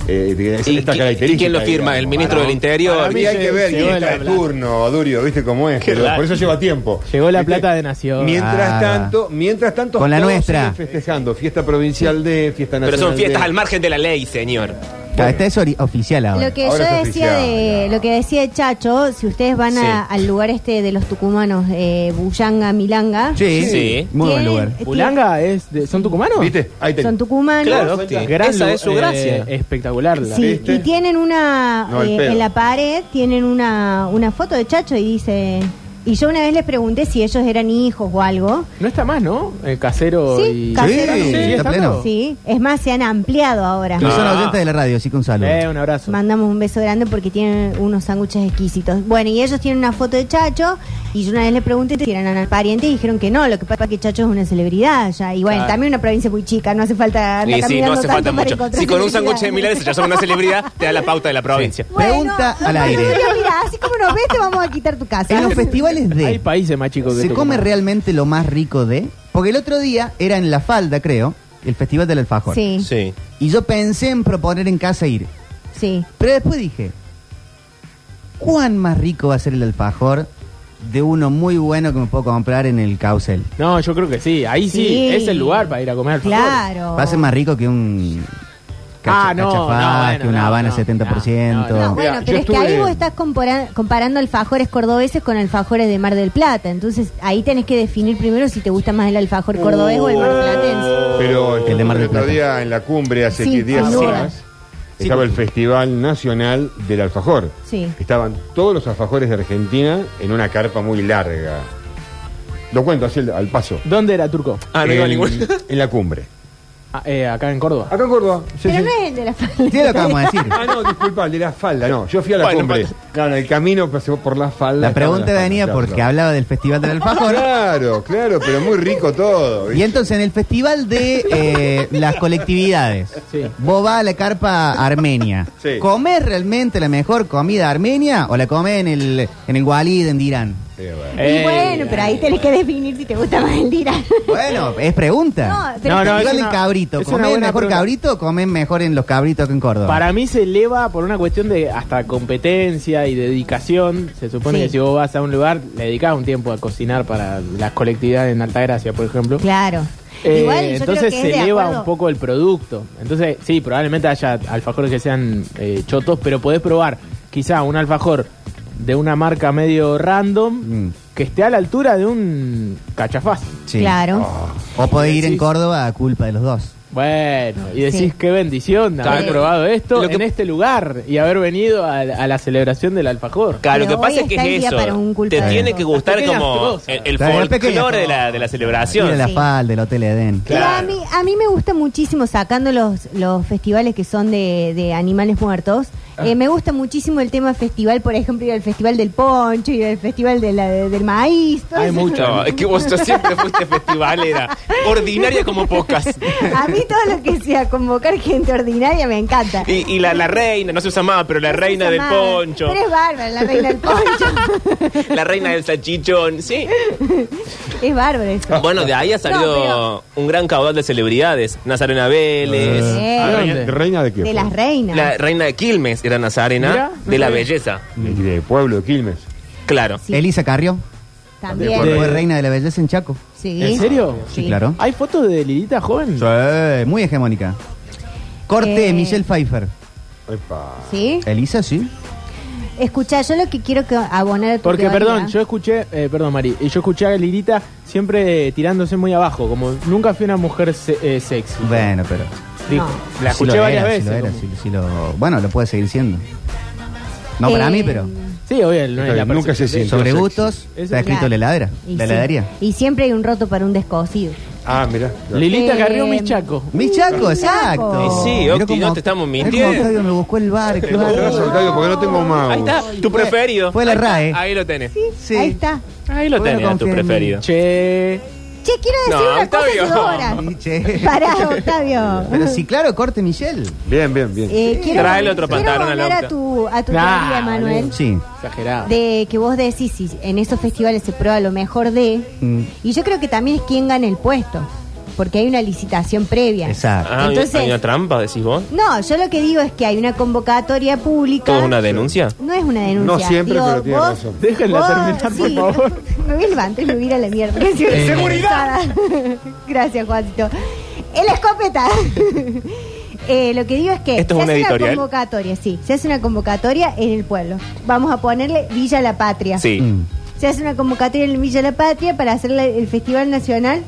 Speaker 9: eh, de- esta
Speaker 8: ¿Y qui-
Speaker 9: característica,
Speaker 8: y quién lo firma? ¿El ministro del Interior?
Speaker 9: Para mí hay que ver quién
Speaker 10: Llegó
Speaker 9: está
Speaker 10: la
Speaker 9: de
Speaker 10: plata.
Speaker 9: turno, Durio, ¿viste cómo es?
Speaker 8: Qué
Speaker 9: Pero
Speaker 8: raro.
Speaker 9: por eso lleva tiempo.
Speaker 10: Llegó la
Speaker 9: ¿Viste?
Speaker 10: plata de Nación.
Speaker 9: Mientras
Speaker 7: Ah.
Speaker 9: tanto, mientras tanto
Speaker 7: Con la
Speaker 9: todos
Speaker 7: nuestra.
Speaker 9: siguen festejando, fiesta provincial de, fiesta nacional
Speaker 8: Pero son fiestas
Speaker 9: de-
Speaker 8: al margen de la ley, señor.
Speaker 7: Claro, Esta es ori- oficial ahora.
Speaker 5: Lo que
Speaker 9: Ahora
Speaker 5: yo
Speaker 9: es
Speaker 5: decía de
Speaker 9: oficial, ya.
Speaker 5: lo que decía de Chacho, si ustedes van a-
Speaker 8: Sí.
Speaker 5: al lugar este de los tucumanos, eh, Bullanga, Milanga,
Speaker 7: Sí,
Speaker 8: Sí.
Speaker 7: muy buen
Speaker 5: tienen-
Speaker 7: lugar.
Speaker 10: ¿Bulanga es de- son tucumanos?
Speaker 9: ¿Viste? Ahí tenés.
Speaker 5: son tucumanos
Speaker 8: Claro, Octi.
Speaker 10: Gran lu-
Speaker 8: Esa es su
Speaker 10: eh,
Speaker 8: gracia.
Speaker 10: espectacular. la-
Speaker 5: Sí,
Speaker 9: ¿Viste?
Speaker 5: y tienen una
Speaker 9: No, al
Speaker 5: eh,
Speaker 9: pedo.
Speaker 5: en la pared tienen una, una foto de Chacho y dice y yo una vez les pregunté si ellos eran hijos o algo.
Speaker 10: No está más, ¿no? El casero
Speaker 5: Sí,
Speaker 10: y...
Speaker 5: casero.
Speaker 7: Sí,
Speaker 10: ¿sigue
Speaker 7: está
Speaker 10: estando?
Speaker 7: pleno.
Speaker 5: Sí, es más se han ampliado ahora.
Speaker 7: No son
Speaker 8: Ah.
Speaker 7: oyentes de la radio, así que un saludo.
Speaker 10: Eh, un abrazo.
Speaker 5: Mandamos un beso grande porque tienen unos sándwiches exquisitos. Bueno, y ellos tienen una foto de Chacho y yo una vez les pregunté si eran al pariente y dijeron que no, lo que pasa es que Chacho es una celebridad ya. Y bueno,
Speaker 10: Claro.
Speaker 5: también una provincia muy chica, no hace falta andar
Speaker 8: Y sí, no
Speaker 5: caminando
Speaker 8: hace
Speaker 5: tanto
Speaker 8: falta
Speaker 5: para
Speaker 8: mucho.
Speaker 5: encontrar
Speaker 8: Si con un
Speaker 5: celebridades.
Speaker 8: sándwich de milanes ya son una celebridad, te da la pauta de la provincia.
Speaker 5: Bueno,
Speaker 7: Pregunta al
Speaker 5: Manuel,
Speaker 7: aire.
Speaker 5: Mira, así como nos ves te vamos a quitar tu casa.
Speaker 7: En los festivales
Speaker 10: Hay
Speaker 7: de...
Speaker 10: países más chicos que
Speaker 7: ¿Se
Speaker 10: Tucumán.
Speaker 7: come realmente lo más rico de? Porque el otro día era en La Falda, creo, el Festival del Alfajor.
Speaker 5: Sí,
Speaker 8: Sí.
Speaker 7: Y yo pensé en proponer en casa ir.
Speaker 5: sí.
Speaker 7: Pero después dije, ¿cuán más rico va a ser el alfajor de uno muy bueno que me puedo comprar en el caucel?
Speaker 10: No, yo creo que sí. Ahí sí,
Speaker 5: Sí.
Speaker 10: es el lugar para ir a comer. alfajor.
Speaker 5: Claro.
Speaker 7: Va a ser más rico que un cacha-
Speaker 10: Ah, no,
Speaker 7: cachafaz,
Speaker 10: no, bueno,
Speaker 7: que una
Speaker 10: no,
Speaker 7: Habana
Speaker 10: no, no,
Speaker 7: 70%.
Speaker 5: No,
Speaker 10: no.
Speaker 5: bueno,
Speaker 9: Mira,
Speaker 5: pero
Speaker 9: yo
Speaker 5: es que ahí
Speaker 9: estuve-
Speaker 5: vos estás compara- comparando alfajores cordobeses con alfajores de Mar del Plata. Entonces ahí tenés que definir primero si te gusta más el alfajor cordobés o el
Speaker 10: Oh.
Speaker 5: marplatense.
Speaker 9: Pero
Speaker 7: El de Mar del
Speaker 9: el otro
Speaker 7: Plata.
Speaker 9: día en la cumbre, hace
Speaker 5: Sí,
Speaker 9: 10 días
Speaker 5: sin duda.
Speaker 9: atrás, estaba el Festival Nacional del Alfajor.
Speaker 5: Sí.
Speaker 9: Estaban todos los alfajores de Argentina en una carpa muy larga. Lo cuento así al, al paso.
Speaker 10: ¿Dónde era Turco?
Speaker 8: Ah, no iba a
Speaker 9: En-
Speaker 8: ningún.
Speaker 9: En la cumbre.
Speaker 10: Ah, eh, acá en Córdoba.
Speaker 9: Acá en Córdoba. Sí,
Speaker 5: Pero
Speaker 9: sí.
Speaker 5: no es el de la
Speaker 7: Sí, lo acabamos de decir.
Speaker 9: Ah, no, disculpa, el de la falda. No, yo fui a la
Speaker 8: Bueno,
Speaker 9: cumbre. Claro, el camino pasó por la falda.
Speaker 7: La pregunta
Speaker 9: estaba en
Speaker 7: venía
Speaker 9: falda,
Speaker 7: porque
Speaker 9: claro,
Speaker 7: hablaba del Festival del Alfajor.
Speaker 9: Claro, claro, pero muy rico todo.
Speaker 7: Y
Speaker 9: ¿viste?
Speaker 7: entonces en el festival de eh, las colectividades,
Speaker 10: Sí.
Speaker 7: vos vas a la carpa armenia.
Speaker 9: Sí.
Speaker 7: ¿Comés realmente la mejor comida armenia o la comés en el, en el Walid, en Dirán?
Speaker 9: Eh, bueno.
Speaker 5: Y bueno, pero
Speaker 10: Eh.
Speaker 5: ahí tenés que definir si te gusta más el Dira.
Speaker 7: Bueno, es pregunta.
Speaker 5: No, pero- No, no,
Speaker 7: Festival
Speaker 10: es
Speaker 7: del
Speaker 10: una-
Speaker 7: cabrito.
Speaker 10: es una
Speaker 7: ¿Comen
Speaker 10: buena
Speaker 7: mejor
Speaker 10: pregunta.
Speaker 7: cabrito o comen mejor en los cabritos que en Córdoba?
Speaker 10: Para mí se eleva por una cuestión de hasta competencia y dedicación. Se supone
Speaker 5: Sí.
Speaker 10: que si vos vas a un lugar, le dedicás un tiempo a cocinar para las colectividades en Altagracia, por ejemplo.
Speaker 5: Claro.
Speaker 10: Eh,
Speaker 5: Igual yo
Speaker 10: entonces
Speaker 5: creo que es
Speaker 10: se
Speaker 5: de
Speaker 10: eleva
Speaker 5: acuerdo-
Speaker 10: un poco el producto. Entonces, sí, probablemente haya alfajores que sean eh, chotos, pero podés probar quizá un alfajor de una marca medio random
Speaker 7: Mm.
Speaker 10: que esté a la altura de un cachafaz.
Speaker 7: Sí.
Speaker 5: Claro.
Speaker 10: Oh.
Speaker 7: O podés ir en
Speaker 10: Decís-
Speaker 7: Córdoba a culpa de los dos.
Speaker 10: Bueno, y decís
Speaker 5: Sí.
Speaker 10: qué bendición haber
Speaker 8: Claro.
Speaker 10: probado esto
Speaker 8: Lo que-
Speaker 10: en este lugar y haber venido a, a la celebración del alfajor.
Speaker 8: Claro, lo que
Speaker 5: Pero
Speaker 8: pasa
Speaker 5: hoy
Speaker 8: es que
Speaker 5: está el
Speaker 8: es
Speaker 5: día para un
Speaker 8: eso.
Speaker 5: culpa
Speaker 8: Te
Speaker 5: de
Speaker 8: tiene
Speaker 5: todo.
Speaker 8: que gustar
Speaker 10: Pequeñas
Speaker 8: como
Speaker 10: cosas.
Speaker 8: el, el
Speaker 7: Claro, las pequeñas
Speaker 8: folclore de la,
Speaker 7: cosas.
Speaker 8: de la
Speaker 7: Ir a
Speaker 8: celebración.
Speaker 7: la
Speaker 5: Sí.
Speaker 7: falda, del Hotel Edén.
Speaker 5: Pero
Speaker 8: Claro.
Speaker 5: a, mí, a mí me gusta muchísimo, sacando los, los festivales que son de, de animales muertos,
Speaker 8: Ah.
Speaker 5: eh, me gusta muchísimo el tema festival, por ejemplo, ir al festival del poncho, ir al festival de la- del maíz. todo
Speaker 10: Hay
Speaker 5: eso.
Speaker 10: mucho.
Speaker 8: No, es que vos siempre fuiste festivalera. Ordinaria como pocas.
Speaker 5: A mí todo lo que sea convocar gente ordinaria me encanta.
Speaker 8: Y, y la, la reina, no se usa más, pero la reina del
Speaker 5: Esa madre.
Speaker 8: poncho.
Speaker 5: Pero es bárbara la reina del poncho.
Speaker 8: La reina del salchichón. Sí.
Speaker 5: es bárbaro eso.
Speaker 8: Bueno, de ahí ha salido
Speaker 5: No,
Speaker 8: un gran caudal de celebridades. Nazarena Vélez.
Speaker 5: Eh,
Speaker 9: Ah,
Speaker 10: ¿de
Speaker 9: reina-
Speaker 10: dónde?
Speaker 9: ¿Reina de qué?
Speaker 5: de
Speaker 9: fue?
Speaker 5: las reinas.
Speaker 8: La reina de Quilmes era Nazarena,
Speaker 10: Mirá,
Speaker 8: de la
Speaker 10: mirá.
Speaker 8: belleza.
Speaker 9: Y de Pueblo de Quilmes.
Speaker 8: Claro.
Speaker 5: Sí.
Speaker 7: Elisa Carrió
Speaker 5: También.
Speaker 9: De-
Speaker 7: fue reina de la belleza en Chaco.
Speaker 5: Sí.
Speaker 10: Eh, ¿En serio?
Speaker 5: Sí.
Speaker 7: Claro.
Speaker 10: ¿Hay fotos de Lilita joven?
Speaker 7: Sí, eh, muy hegemónica. Corte,
Speaker 5: Eh.
Speaker 7: Michelle Pfeiffer.
Speaker 9: Epa.
Speaker 5: Sí.
Speaker 7: Elisa, sí.
Speaker 5: Escuchá, yo lo que quiero que abonar a tu
Speaker 10: Porque,
Speaker 5: teoría-
Speaker 10: perdón, yo escuché, eh, perdón, Mari, y yo escuché a Lirita siempre eh, tirándose muy abajo, como nunca fui una mujer se- eh, sexy.
Speaker 7: Bueno, pero.
Speaker 10: Dijo,
Speaker 7: si
Speaker 10: La escuché
Speaker 7: lo
Speaker 10: varias
Speaker 7: era,
Speaker 10: veces.
Speaker 7: si lo era,
Speaker 10: como-
Speaker 7: si- si lo- bueno, lo puede seguir siendo. No para
Speaker 5: Eh,
Speaker 7: mí, pero.
Speaker 10: Sí, obvio, no es la
Speaker 9: Nunca se
Speaker 10: percepción.
Speaker 9: siente.
Speaker 7: Sobre gustos,
Speaker 10: Eso
Speaker 7: está
Speaker 10: es
Speaker 7: escrito
Speaker 5: claro.
Speaker 7: la heladera.
Speaker 5: Y
Speaker 7: La
Speaker 5: sí.
Speaker 7: heladería.
Speaker 5: Y siempre hay un roto para un descosido.
Speaker 9: Ah, mirá.
Speaker 10: Lilita
Speaker 5: Eh,
Speaker 10: Carrió Michaco.
Speaker 7: Mi chaco, exacto.
Speaker 5: Y
Speaker 8: sí,
Speaker 7: Mirá
Speaker 8: Octi,
Speaker 7: cómo-
Speaker 8: no te estamos
Speaker 7: mirá cómo
Speaker 8: mintiendo.
Speaker 7: Octavio me buscó el bar. qué
Speaker 9: Tengo
Speaker 7: bárbaro.
Speaker 9: razón, Octavio, porque no tengo mouse.
Speaker 8: Ahí está, tu
Speaker 7: Fue-
Speaker 8: preferido.
Speaker 7: fue la
Speaker 8: Ahí está,
Speaker 7: RAE.
Speaker 8: Ahí lo tenés.
Speaker 7: Sí.
Speaker 5: Ahí está.
Speaker 8: Ahí lo
Speaker 7: Bueno,
Speaker 8: tenés, a tu
Speaker 7: confía en mí.
Speaker 8: preferido.
Speaker 10: Che.
Speaker 5: Che, quiero decir
Speaker 8: No,
Speaker 5: una cosa
Speaker 8: Octavio.
Speaker 5: ahora.
Speaker 7: Sí, che.
Speaker 5: Pará, Octavio.
Speaker 7: Pero sí, claro, corte Michelle.
Speaker 9: Bien, bien, bien.
Speaker 5: Eh, quiero,
Speaker 8: Traele otro
Speaker 5: quiero
Speaker 8: pantalón a
Speaker 5: abonar
Speaker 8: Lauta.
Speaker 5: a tu, a tu
Speaker 10: Nah,
Speaker 5: teoría, Manuel.
Speaker 7: Sí.
Speaker 10: Exagerado.
Speaker 5: De que vos decís, si en esos festivales se prueba lo mejor de.
Speaker 7: Mm.
Speaker 5: Y yo creo que también es quien gana el puesto. Porque hay una licitación previa.
Speaker 7: Exacto.
Speaker 8: Ah,
Speaker 5: Entonces-
Speaker 8: ¿Hay una trampa, decís vos?
Speaker 5: No, yo lo que digo es que hay una convocatoria pública.
Speaker 8: ¿Todo es una denuncia?
Speaker 5: No es una denuncia.
Speaker 9: No siempre,
Speaker 5: Digo,
Speaker 9: pero tiene
Speaker 5: vos-
Speaker 9: razón.
Speaker 10: Déjenla
Speaker 5: vos-
Speaker 10: terminar, por
Speaker 5: sí.
Speaker 10: favor.
Speaker 5: Me voy a levantar y me voy a ir a la mierda. ¡Seguridad! Gracias, Juancito. El escopeta. Eh, lo que digo es que
Speaker 8: Esto es
Speaker 5: se
Speaker 8: un
Speaker 5: hace
Speaker 8: editorial.
Speaker 5: una convocatoria, sí. Se hace una convocatoria en el pueblo. Vamos a ponerle Villa La Patria.
Speaker 8: Sí.
Speaker 7: Mm.
Speaker 5: Se hace una convocatoria en Villa La Patria para hacer la- el Festival Nacional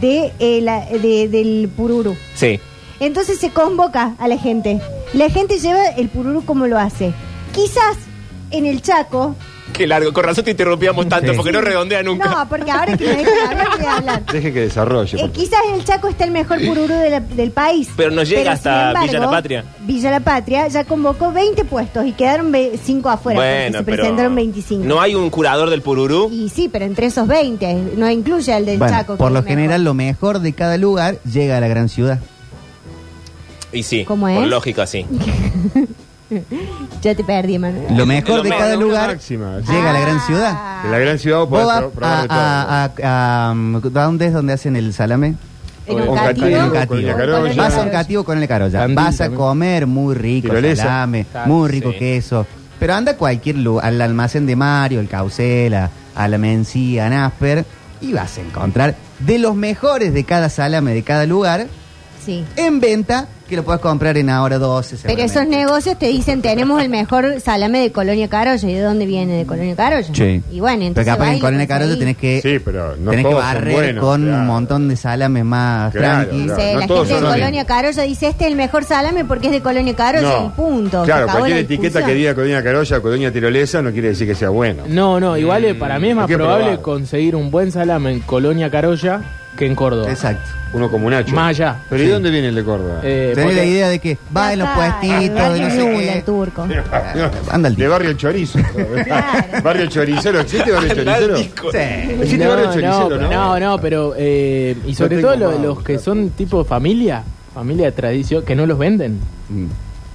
Speaker 5: de, eh, la- de- del Pururu.
Speaker 8: Sí.
Speaker 5: Entonces se convoca a la gente. La gente lleva el pururu como lo hace. Quizás en el Chaco.
Speaker 8: Qué largo. Con razón te interrumpíamos tanto,
Speaker 7: Sí.
Speaker 8: porque no redondea nunca.
Speaker 5: No, porque ahora que me dejan hablar, voy a hablar.
Speaker 9: Deje que desarrolle.
Speaker 5: Eh,
Speaker 9: por favor.
Speaker 5: quizás en el Chaco está el mejor pururu de la- del país.
Speaker 8: Pero no llega hasta Villa La Patria.
Speaker 5: Villa La Patria ya convocó 20 puestos y quedaron 5 afuera. porque se presentaron 25.
Speaker 8: No hay un curador del Pururú.
Speaker 5: Y sí, pero entre esos 20 no incluye al del
Speaker 7: Bueno,
Speaker 5: Chaco. que
Speaker 7: por
Speaker 5: es
Speaker 7: lo
Speaker 5: el mejor.
Speaker 7: general, lo mejor de cada lugar llega a la gran ciudad.
Speaker 8: Y sí.
Speaker 5: ¿Cómo
Speaker 8: Por
Speaker 5: es?
Speaker 8: lógica, sí.
Speaker 5: Ya te perdí, Manuel.
Speaker 7: Lo mejor
Speaker 8: Lo
Speaker 7: de
Speaker 8: mejor,
Speaker 7: cada
Speaker 8: nunca
Speaker 7: lugar
Speaker 9: máxima.
Speaker 7: llega a la gran ciudad.
Speaker 5: Ah,
Speaker 9: En la gran ciudad vos
Speaker 7: Vos
Speaker 9: podés
Speaker 7: vas
Speaker 9: pro- probar de todo.
Speaker 7: a, a- a- um, ¿Dónde es donde hacen el salame?
Speaker 5: en
Speaker 9: Con cativo,
Speaker 5: un cativo.
Speaker 9: Con
Speaker 7: En
Speaker 9: con
Speaker 7: Cativo.
Speaker 9: la carolla.
Speaker 7: Vas a un cativo con el carolla.
Speaker 10: Candil
Speaker 7: Vas a
Speaker 10: también.
Speaker 7: comer muy rico
Speaker 9: Tirolesa.
Speaker 7: salame,
Speaker 10: Ah,
Speaker 7: muy rico
Speaker 8: sí.
Speaker 7: queso. Pero anda a cualquier lugar, al almacén de Mario, el Caucela, a la Mencía, a Nasper, y vas a encontrar de los mejores de cada salame de cada lugar
Speaker 5: Sí.
Speaker 7: en venta que lo puedes comprar en ahora 12.
Speaker 5: Pero esos
Speaker 7: seguramente.
Speaker 5: negocios te dicen, tenemos el mejor salame de Colonia Carolla. ¿Y de dónde viene? ¿De Colonia Carolla?
Speaker 7: Sí.
Speaker 5: Y bueno,
Speaker 7: Pero
Speaker 5: entonces...
Speaker 7: capaz
Speaker 5: vas
Speaker 7: que
Speaker 5: y
Speaker 7: en
Speaker 5: lo
Speaker 7: Colonia Carolla
Speaker 5: conseguís.
Speaker 7: tenés que,
Speaker 9: Sí, pero no
Speaker 7: tenés que
Speaker 9: todos son
Speaker 7: barrer
Speaker 9: buenos,
Speaker 7: con
Speaker 9: claro.
Speaker 7: un montón de salames más
Speaker 9: Claro,
Speaker 7: tranquis.
Speaker 5: No
Speaker 9: claro.
Speaker 5: sé,
Speaker 9: No
Speaker 5: la
Speaker 9: todos
Speaker 5: gente de
Speaker 9: son los
Speaker 5: Colonia Carolla dice, este es el mejor salame porque es de Colonia Carolla
Speaker 9: No.
Speaker 5: y punto. Se
Speaker 9: Claro,
Speaker 5: acabó la
Speaker 9: cualquier etiqueta
Speaker 5: discusión.
Speaker 9: que diga Colonia Carolla o Colonia Tirolesa no quiere decir que sea bueno.
Speaker 10: No, no, igual eh, para mí es
Speaker 9: Mm, Hay
Speaker 10: más
Speaker 9: que
Speaker 10: probable
Speaker 9: probar.
Speaker 10: conseguir un buen salame en Colonia Carolla que en Córdoba.
Speaker 7: Exacto.
Speaker 9: Uno como un hacho.
Speaker 10: Más allá.
Speaker 9: Pero ¿y dónde viene el de Córdoba?
Speaker 10: Eh,
Speaker 7: Tenés
Speaker 10: porque-
Speaker 7: la idea de que va en los
Speaker 5: Ya está,
Speaker 7: puestitos, de
Speaker 5: barrio
Speaker 7: no sé
Speaker 5: Nula, el
Speaker 7: qué.
Speaker 5: turco.
Speaker 7: Anda al
Speaker 9: de
Speaker 7: disco.
Speaker 9: barrio chorizo.
Speaker 5: Claro.
Speaker 9: barrio choricero, ¿existe barrio choricero?
Speaker 8: Disco.
Speaker 7: Sí.
Speaker 9: Existe barrio choricero,
Speaker 10: pero-
Speaker 9: ¿no?
Speaker 10: no, no, pero eh, y sobre
Speaker 9: tengo
Speaker 10: todo lo-
Speaker 9: más,
Speaker 10: los que
Speaker 9: claro.
Speaker 10: son tipo familia, familia de tradición, que no los venden.
Speaker 7: Mm.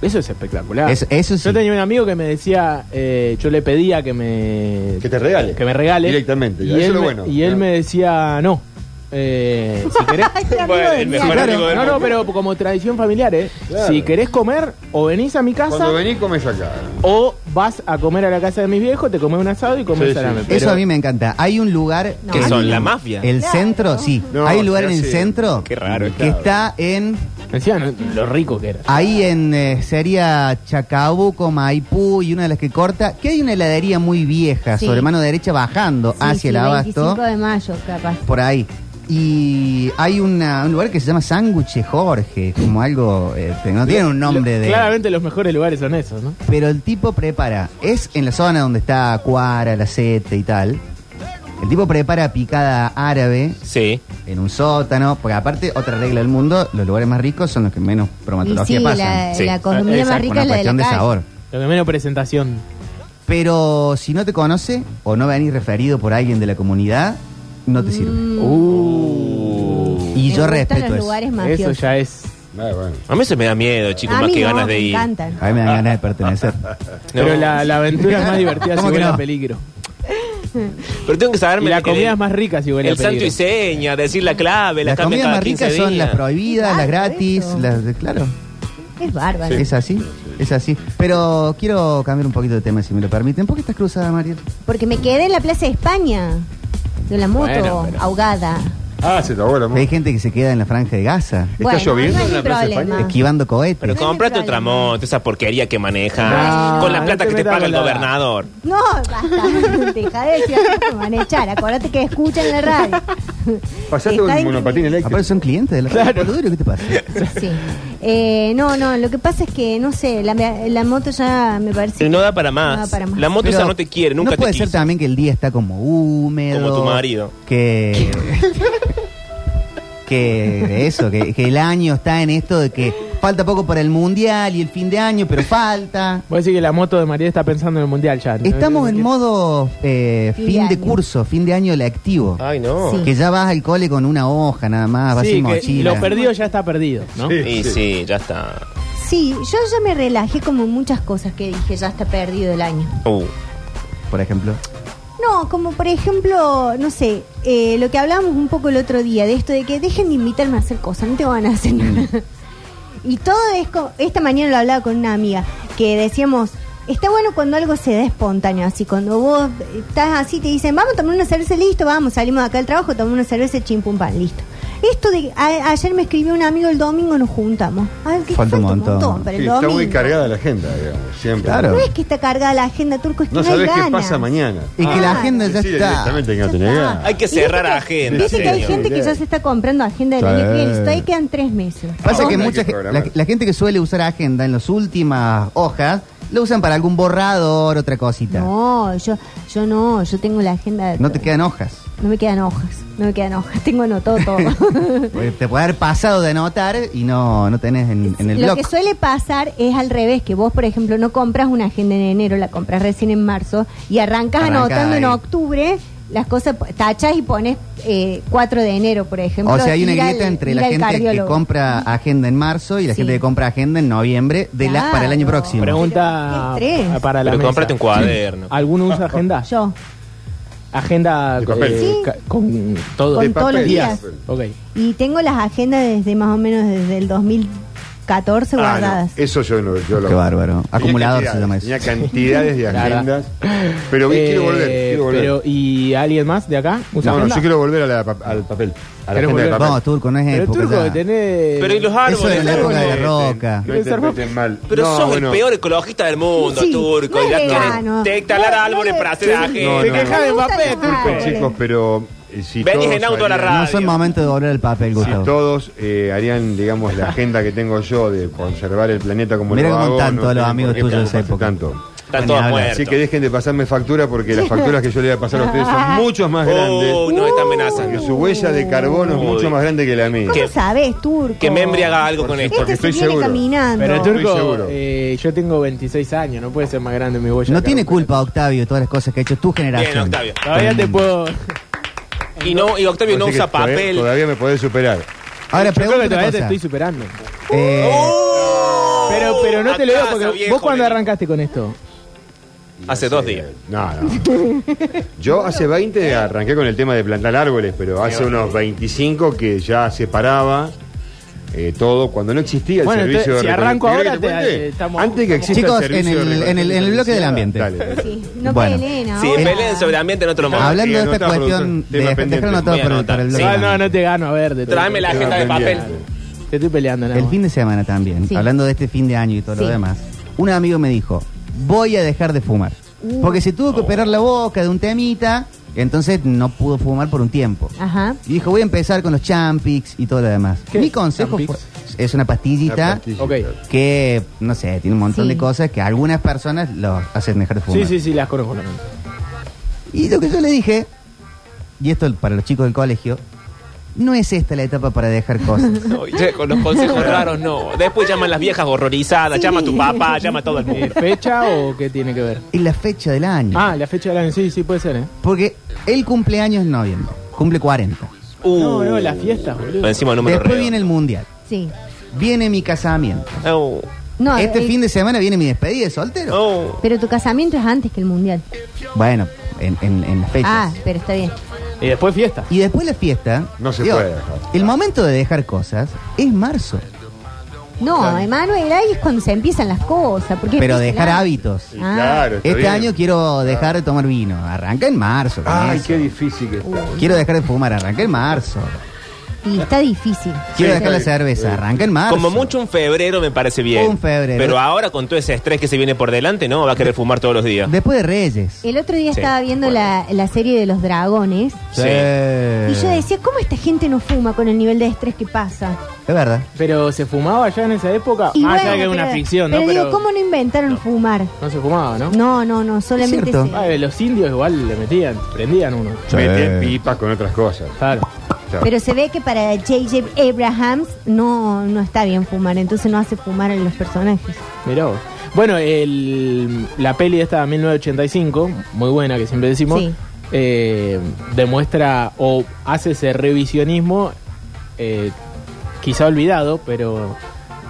Speaker 10: Eso es espectacular.
Speaker 7: Eso- eso sí.
Speaker 10: Yo tenía un amigo que me decía, eh, yo le pedía que me
Speaker 9: Que te regale.
Speaker 10: que me regale
Speaker 9: Directamente,
Speaker 10: Y
Speaker 9: eso
Speaker 10: él,
Speaker 9: es lo
Speaker 10: me-
Speaker 9: bueno,
Speaker 10: y él
Speaker 9: claro.
Speaker 10: me decía no. Eh, si querés,
Speaker 5: Ay, qué amigo
Speaker 8: Bueno,
Speaker 5: de
Speaker 8: el
Speaker 5: mierda.
Speaker 8: mejor
Speaker 10: Claro,
Speaker 8: amigo del
Speaker 10: no,
Speaker 8: mundo.
Speaker 10: no, pero como tradición familiar, ¿eh?
Speaker 9: Claro.
Speaker 10: Si querés comer, o venís a mi casa,
Speaker 9: Cuando venís comes acá.
Speaker 10: o vas a comer a la casa de mis viejos, te comes un asado y comes
Speaker 9: Sí, sí.
Speaker 10: salame.
Speaker 9: Eso
Speaker 10: Pero-
Speaker 7: Eso a mí me encanta. Hay un lugar.
Speaker 5: No.
Speaker 8: ¿Qué
Speaker 7: en-
Speaker 8: son? ¿La mafia?
Speaker 7: El
Speaker 5: Claro.
Speaker 7: centro, sí.
Speaker 9: No,
Speaker 7: Hay un lugar
Speaker 9: se
Speaker 7: en el
Speaker 9: hace-
Speaker 7: centro
Speaker 8: Qué raro,
Speaker 7: que
Speaker 8: claro.
Speaker 7: está en.
Speaker 10: Encima, no- lo rico que era.
Speaker 7: Ahí en eh, sería Chacabuco, Maipú y una de las que corta, que hay una heladería muy vieja,
Speaker 5: Sí.
Speaker 7: sobre mano derecha bajando
Speaker 5: Sí,
Speaker 7: hacia
Speaker 5: sí,
Speaker 7: el abasto,
Speaker 5: 25 de mayo, capaz.
Speaker 7: por ahí. Y hay una- un lugar que se llama Sándwich Jorge, como algo, eh, no tiene un nombre de...
Speaker 10: Claramente los mejores lugares son esos, ¿no?
Speaker 7: Pero el tipo prepara, es en la zona donde está Cuara, la Sete y tal. El tipo prepara picada árabe
Speaker 8: Sí.
Speaker 7: en un sótano, porque aparte, otra regla del mundo, los lugares más ricos son los que menos
Speaker 5: Y
Speaker 7: bromatología
Speaker 5: sí,
Speaker 7: pasan.
Speaker 5: la,
Speaker 8: Sí.
Speaker 5: la comida más
Speaker 7: eh, Exacto, una
Speaker 5: rica es la de la
Speaker 7: cuestión de
Speaker 5: calle.
Speaker 7: sabor.
Speaker 10: Lo que menos presentación.
Speaker 7: Pero si no te conoce o no venís referido por alguien de la comunidad, no te sirve. Y
Speaker 5: Mm,
Speaker 10: Uh.
Speaker 5: Me
Speaker 7: yo
Speaker 5: gustan
Speaker 7: respeto
Speaker 5: los
Speaker 7: eso.
Speaker 5: lugares
Speaker 10: Eso
Speaker 5: mafiosos.
Speaker 10: ya es.
Speaker 9: Ah, bueno.
Speaker 8: A mí se me da miedo, chicos,
Speaker 5: A
Speaker 8: más
Speaker 5: mí
Speaker 8: que
Speaker 5: no,
Speaker 8: ganas
Speaker 5: me
Speaker 8: de ir.
Speaker 5: encantan.
Speaker 7: A mí me dan ganas de pertenecer.
Speaker 8: No.
Speaker 10: Pero la, la aventura es más divertida si
Speaker 7: ¿Cómo que
Speaker 10: huele a
Speaker 7: no?
Speaker 10: peligro.
Speaker 8: Pero tengo que
Speaker 10: Y
Speaker 8: saberme
Speaker 10: la
Speaker 8: que-
Speaker 10: comida es más rica si huele a
Speaker 8: El santo
Speaker 10: peligro.
Speaker 8: y seña, decir la clave, las
Speaker 7: las
Speaker 8: cambian
Speaker 7: comidas
Speaker 8: cada
Speaker 7: más
Speaker 8: 15
Speaker 7: ricas son las
Speaker 8: días.
Speaker 7: prohibidas, las
Speaker 5: Claro,
Speaker 7: gratis,
Speaker 5: eso.
Speaker 7: las de, claro.
Speaker 5: Es bárbaro.
Speaker 7: Es así, es así. Pero quiero cambiar un poquito de tema, si me lo permiten. ¿Por qué estás cruzada, Mariel?
Speaker 5: Porque me quedé en la Plaza de España. De la moto,
Speaker 10: Bueno, pero-
Speaker 5: ahogada.
Speaker 9: Ah, se trabó la
Speaker 7: Hay
Speaker 9: moto.
Speaker 7: gente que se queda en la franja de Gaza,
Speaker 9: ¿Está
Speaker 5: Bueno,
Speaker 9: lloviendo
Speaker 5: no es
Speaker 9: en la
Speaker 5: mi
Speaker 9: Plaza
Speaker 5: problema.
Speaker 9: España?
Speaker 7: esquivando cohetes.
Speaker 8: Ah. Pero
Speaker 5: No hay
Speaker 8: comprate
Speaker 5: problema.
Speaker 8: otra moto, esa porquería que maneja.
Speaker 10: No,
Speaker 8: con la
Speaker 10: no
Speaker 8: plata
Speaker 10: te
Speaker 8: que te
Speaker 10: metas
Speaker 8: paga el
Speaker 10: con la-
Speaker 8: gobernador.
Speaker 5: No, basta. Deja de decir que me van a echar. Acordate que escuchan la radio.
Speaker 9: Pasaste
Speaker 5: Está
Speaker 9: con un
Speaker 5: intimidado.
Speaker 9: monopatín eléctrico.
Speaker 7: Aparte son clientes de la Por duro, ¿qué te pasa?
Speaker 5: Sí. Eh, no, no, lo que pasa es que, no sé, la, la moto ya me parece.
Speaker 8: No da para más.
Speaker 5: No da para más.
Speaker 8: La moto
Speaker 7: Pero
Speaker 8: esa no te quiere, nunca
Speaker 7: ¿no
Speaker 8: te
Speaker 7: puede ser
Speaker 8: quiso.
Speaker 7: también que el día está como húmedo.
Speaker 8: Como tu marido.
Speaker 7: Que. que eso, que, que el año está en esto de que falta poco para el mundial y el fin de año, pero falta.
Speaker 10: Voy a decir que la moto de María está pensando en el mundial ya. ¿no?
Speaker 7: Estamos en modo eh,
Speaker 5: Fin
Speaker 7: fin,
Speaker 5: de
Speaker 7: de,
Speaker 5: año.
Speaker 7: curso, fin de año lectivo.
Speaker 8: Ay, no.
Speaker 5: Sí.
Speaker 7: Que ya vas al cole con una hoja nada más, vas
Speaker 10: Sí,
Speaker 7: sin
Speaker 10: que
Speaker 7: mochila.
Speaker 10: lo perdido ya está perdido, ¿no?
Speaker 9: Sí.
Speaker 8: Y sí, ya está.
Speaker 5: Sí, yo ya me relajé como muchas cosas que dije, ya está perdido el año.
Speaker 8: Uh,
Speaker 7: por ejemplo.
Speaker 9: Ah,
Speaker 5: No, como por ejemplo, no sé, eh, lo que hablábamos un poco el otro día, de esto de que dejen de invitarme a hacer cosas, no te van a hacer
Speaker 7: Mm.
Speaker 5: nada. Y todo es co- esta mañana lo hablaba con una amiga, que decíamos, está bueno cuando algo se da espontáneo, así cuando vos estás así, te dicen, vamos a tomar una cerveza, listo, vamos, salimos de acá al trabajo, tomamos una cerveza, chim, pum, pan, listo. Esto de, a- ayer me escribió un amigo, el domingo nos juntamos. Ay, que
Speaker 7: Falta un montón.
Speaker 5: para el
Speaker 9: Sí, está muy
Speaker 5: domingo.
Speaker 9: cargada la agenda, digamos, siempre.
Speaker 7: Claro.
Speaker 5: No es que está cargada la agenda turco, es que
Speaker 9: No
Speaker 5: no, hay
Speaker 9: sabes qué
Speaker 5: ganas. Ah.
Speaker 9: pasa mañana.
Speaker 7: Y que la agenda ya
Speaker 9: Sí,
Speaker 7: está.
Speaker 9: directamente que no
Speaker 5: Ya
Speaker 9: te
Speaker 5: está.
Speaker 9: negás.
Speaker 8: Hay que
Speaker 5: Y viste
Speaker 8: cerrar agenda,
Speaker 5: Viste que hay
Speaker 8: señor.
Speaker 5: gente que ya se está comprando agenda del
Speaker 7: Sí.
Speaker 5: año que viene. Todavía quedan tres meses.
Speaker 7: Pasa que
Speaker 9: Hay que
Speaker 7: mucha ge- la,
Speaker 9: programar.
Speaker 7: la gente que suele usar agenda en las últimas hojas, lo usan para algún borrador, otra cosita. No,
Speaker 5: No, yo, yo no, yo tengo la agenda. de-
Speaker 7: te quedan hojas.
Speaker 5: No me quedan hojas, no me quedan hojas. Tengo anotado todo.
Speaker 7: Porque Pues Te puede haber pasado de anotar y no, no tenés en, en el
Speaker 5: Lo
Speaker 7: blog.
Speaker 5: que suele pasar es al revés, que vos, por ejemplo, no compras una agenda en enero, la compras recién en marzo y arrancas
Speaker 7: Arranca
Speaker 5: anotando en
Speaker 7: ahí.
Speaker 5: octubre. Las cosas tachas y pones eh, 4 de enero, por ejemplo.
Speaker 7: O sea, hay una
Speaker 5: ir al-
Speaker 7: grieta entre
Speaker 5: ir
Speaker 7: la
Speaker 5: al
Speaker 7: gente que
Speaker 5: cardiólogo.
Speaker 7: compra agenda en marzo y la
Speaker 5: Sí.
Speaker 7: gente que compra agenda en noviembre de la, para el año
Speaker 5: Claro.
Speaker 7: próximo.
Speaker 10: Pregunta
Speaker 5: Pero qué estrés.
Speaker 10: para la
Speaker 8: pero
Speaker 10: mesa.
Speaker 8: cómprate un cuaderno.
Speaker 10: ¿Alguno usa agenda?
Speaker 5: Yo,
Speaker 10: Agenda
Speaker 9: De papel.
Speaker 10: eh,
Speaker 5: Sí.
Speaker 10: ca- con todo.
Speaker 5: con
Speaker 9: De
Speaker 5: todos los
Speaker 9: papel.
Speaker 5: días.
Speaker 10: Ok.
Speaker 5: Y tengo las agendas desde más o menos desde el
Speaker 9: Ah,
Speaker 5: 2014
Speaker 9: no,
Speaker 5: guardadas.
Speaker 9: Eso yo no yo lo
Speaker 7: Qué bárbaro.
Speaker 9: Tenía
Speaker 7: Acumulador se
Speaker 9: cantidades,
Speaker 7: llama eso.
Speaker 9: Tenía cantidades de
Speaker 10: La verdad.
Speaker 9: agendas. Pero hoy quiero
Speaker 10: Eh,
Speaker 9: volver. Quiero volver.
Speaker 10: Pero, ¿Y alguien más de acá? ¿Usa
Speaker 9: no, no,
Speaker 10: agenda?
Speaker 9: yo quiero volver a la pa- al papel. A la
Speaker 10: ¿Querés
Speaker 9: agenda de
Speaker 10: volver?
Speaker 9: papel.
Speaker 7: No, Turco, no es
Speaker 5: Eh,
Speaker 10: Pero
Speaker 7: época.
Speaker 10: turco,
Speaker 7: ya.
Speaker 10: tenés...
Speaker 8: Pero y los
Speaker 7: Eso
Speaker 8: árboles.
Speaker 7: era la
Speaker 8: los
Speaker 7: época de
Speaker 8: árboles.
Speaker 7: Roca.
Speaker 9: No interpreten mal.
Speaker 8: Pero
Speaker 9: No,
Speaker 8: sos
Speaker 9: bueno.
Speaker 8: el peor ecologista del mundo,
Speaker 5: Sí,
Speaker 8: turco.
Speaker 5: no es
Speaker 8: y ya
Speaker 5: vegano.
Speaker 8: quieres te talar
Speaker 5: No, no
Speaker 8: árboles
Speaker 5: es-
Speaker 8: para hacer agenda.
Speaker 9: No, no.
Speaker 10: quejas de
Speaker 5: Me gustan
Speaker 10: papel,
Speaker 5: los
Speaker 10: turco.
Speaker 5: árboles.
Speaker 9: Chicos, pero eh, si
Speaker 8: Venís
Speaker 9: todos
Speaker 8: en auto a la
Speaker 9: harían-
Speaker 8: radio.
Speaker 7: No son momentos de volver al papel,
Speaker 9: Si
Speaker 7: Gustavo.
Speaker 9: todos eh, harían, digamos, la agenda que tengo yo de conservar el planeta como
Speaker 7: Mira
Speaker 9: lo
Speaker 7: cómo
Speaker 9: hago...
Speaker 7: tanto
Speaker 9: no
Speaker 7: a los
Speaker 9: tengo
Speaker 7: amigos
Speaker 9: por qué
Speaker 7: tuyos de esa
Speaker 9: preocuparse
Speaker 7: época.
Speaker 9: Tanto.
Speaker 8: Están
Speaker 7: Ni
Speaker 8: todos
Speaker 7: hablar.
Speaker 8: muertos.
Speaker 9: Así que dejen de pasarme factura porque las facturas que yo le voy a pasar a ustedes son mucho más grandes.
Speaker 8: Uy, nos está amenazando.
Speaker 9: Porque su huella de carbono es
Speaker 8: Oh, Uy.
Speaker 9: mucho más grande que la mía.
Speaker 5: ¿Cómo
Speaker 8: que-
Speaker 5: sabes, turco?
Speaker 8: Que me embriaga algo con esto.
Speaker 5: Este
Speaker 9: Porque
Speaker 5: se
Speaker 9: estoy
Speaker 5: viene
Speaker 9: seguro.
Speaker 5: caminando.
Speaker 10: Pero
Speaker 9: Estoy
Speaker 10: Turco,
Speaker 9: seguro.
Speaker 10: eh, yo tengo 26 años, no puede ser más grande mi huella.
Speaker 7: No
Speaker 10: acá,
Speaker 7: tiene
Speaker 10: Octavio.
Speaker 7: culpa, Octavio, de todas las cosas que ha hecho tu generación.
Speaker 8: Bien, Octavio.
Speaker 10: Todavía te puedo...
Speaker 8: Y, no, y Octavio no
Speaker 9: Así que
Speaker 8: usa
Speaker 9: todavía-
Speaker 8: papel.
Speaker 9: Todavía me podés superar.
Speaker 7: Ahora,
Speaker 10: Yo creo
Speaker 7: pregunta
Speaker 10: que
Speaker 7: otra
Speaker 10: todavía te
Speaker 7: cosa.
Speaker 10: estoy superando.
Speaker 7: Eh,
Speaker 8: ¡Oh!
Speaker 10: Pero, pero no te lo digo
Speaker 8: Acá,
Speaker 10: porque
Speaker 8: viejo,
Speaker 10: vos cuando
Speaker 8: le-
Speaker 10: arrancaste con esto.
Speaker 8: Hace dos días.
Speaker 9: No, no. Yo hace 20 arranqué con el tema de plantar árboles, pero hace unos 25 que ya separaba eh, todo cuando no existía el
Speaker 10: Bueno,
Speaker 9: servicio
Speaker 10: entonces,
Speaker 9: de
Speaker 10: si
Speaker 9: recolección.
Speaker 10: arranco
Speaker 9: ¿Querés
Speaker 10: ahora,
Speaker 9: que te
Speaker 10: te-
Speaker 9: cuente?
Speaker 10: eh, estamos-
Speaker 9: Antes que exista
Speaker 7: Chicos,
Speaker 9: el servicio
Speaker 7: en el-
Speaker 9: de recolección
Speaker 7: en el- en el bloque del ambiente.
Speaker 9: Dale.
Speaker 5: Sí, no
Speaker 7: Bueno.
Speaker 5: peleen ahora.
Speaker 8: Sí, peleen sobre ambiente en otro momento.
Speaker 7: hablando de
Speaker 9: Sí,
Speaker 7: esta
Speaker 9: anotá,
Speaker 7: cuestión,
Speaker 9: productor.
Speaker 7: de,
Speaker 9: Tema
Speaker 7: dejar
Speaker 9: pendiente.
Speaker 7: anotado
Speaker 8: Voy a
Speaker 7: por el-
Speaker 8: anotar.
Speaker 7: para el
Speaker 8: Sí.
Speaker 7: blog.
Speaker 10: Ah, No, no, no te gano, a ver. de todo.
Speaker 8: Tráeme la
Speaker 9: Tema
Speaker 8: agenda de papel.
Speaker 9: pendiente.
Speaker 10: Te estoy peleando, nada
Speaker 7: El
Speaker 10: más.
Speaker 7: fin de semana también,
Speaker 5: Sí.
Speaker 7: hablando de este fin de año y todo
Speaker 5: Sí.
Speaker 7: lo demás, un amigo me dijo, voy a dejar de fumar.
Speaker 5: Uh.
Speaker 7: Porque se tuvo que operar la boca de un temita, entonces no pudo fumar por un tiempo.
Speaker 5: Ajá.
Speaker 7: Y dijo, voy a empezar con los champix y todo lo demás.
Speaker 10: ¿Qué
Speaker 7: Mi
Speaker 10: es
Speaker 7: consejo
Speaker 10: Champix?
Speaker 7: fue, es una pastillita,
Speaker 9: La pastilla.
Speaker 10: Ok.
Speaker 7: que, no sé, tiene un montón
Speaker 5: Sí.
Speaker 7: de cosas que algunas personas lo hacen dejar de fumar.
Speaker 10: Sí, sí, sí, las conozco. las conozco.
Speaker 7: Y lo que yo le dije, y esto para los chicos del colegio, no es esta la etapa para dejar cosas.
Speaker 8: No, ya con los consejos raros no. Después llaman las viejas horrorizadas, llama a tu papá, llama a todo el
Speaker 10: Eh,
Speaker 8: mundo.
Speaker 10: ¿Fecha o qué tiene que ver?
Speaker 7: es la fecha del año.
Speaker 10: Ah, la fecha del año, sí, sí, puede ser, ¿eh?
Speaker 7: Porque el cumpleaños es noviembre, cumple 40.
Speaker 8: Uh.
Speaker 10: No, no, las fiestas, boludo.
Speaker 8: Por encima del número
Speaker 7: Después
Speaker 8: redondo.
Speaker 7: viene el mundial,
Speaker 5: Sí.
Speaker 7: viene mi casamiento.
Speaker 8: Oh,
Speaker 5: No,
Speaker 7: este
Speaker 5: eh,
Speaker 7: fin de semana viene mi despedida de soltero.
Speaker 8: oh.
Speaker 5: Pero tu casamiento es antes que el mundial.
Speaker 7: Bueno, en, en- en las fechas.
Speaker 5: Ah, pero está bien.
Speaker 10: Y después fiesta.
Speaker 7: Y después la fiesta.
Speaker 9: No se puede dejar.
Speaker 7: El momento de dejar cosas es marzo.
Speaker 5: No, Emanuel, ahí es cuando se empiezan las cosas. Porque
Speaker 7: Pero
Speaker 5: empiezan
Speaker 7: dejar
Speaker 5: a-
Speaker 7: hábitos.
Speaker 9: Sí,
Speaker 5: Ah.
Speaker 9: claro, está
Speaker 7: Este
Speaker 9: bien.
Speaker 7: año quiero dejar de tomar vino. Arranca en marzo. con
Speaker 9: Ay,
Speaker 7: eso.
Speaker 9: qué difícil que está.
Speaker 7: Quiero dejar de fumar. Arranca en marzo.
Speaker 5: Y está difícil.
Speaker 7: Quiero dejar la
Speaker 9: sí.
Speaker 7: cerveza, arranca en marzo.
Speaker 8: Como mucho un febrero me parece bien.
Speaker 7: Un febrero.
Speaker 8: Pero ahora con todo ese estrés que se viene por delante, ¿no? Va a querer fumar todos los días.
Speaker 7: Después de Reyes.
Speaker 5: El otro día
Speaker 8: Sí,
Speaker 5: estaba viendo
Speaker 8: bueno.
Speaker 5: la, la serie de los dragones
Speaker 8: Sí.
Speaker 7: Eh,
Speaker 5: y yo decía, ¿cómo esta gente no fuma con el nivel de estrés que pasa?
Speaker 7: Es verdad.
Speaker 10: Pero se fumaba ya en esa época.
Speaker 5: Y
Speaker 10: Más allá
Speaker 5: bueno,
Speaker 10: que es una
Speaker 5: pero-
Speaker 10: ficción,
Speaker 5: pero
Speaker 10: ¿no?
Speaker 5: digo, ¿cómo no inventaron fumar?
Speaker 10: No se fumaba, ¿no?
Speaker 5: No, no, no, solamente
Speaker 7: cierto.
Speaker 5: se-
Speaker 10: Ah, los indios igual le metían, prendían uno.
Speaker 9: Meten pipas con otras cosas.
Speaker 10: Claro.
Speaker 9: Claro.
Speaker 5: Pero se ve que para J.J. Abrahams no, no está bien fumar, entonces no hace fumar a los personajes.
Speaker 10: Mirá vos. Bueno, el- la peli esta de 1985, muy buena que siempre decimos,
Speaker 5: Sí.
Speaker 10: eh, demuestra o hace ese revisionismo, eh, quizá olvidado, pero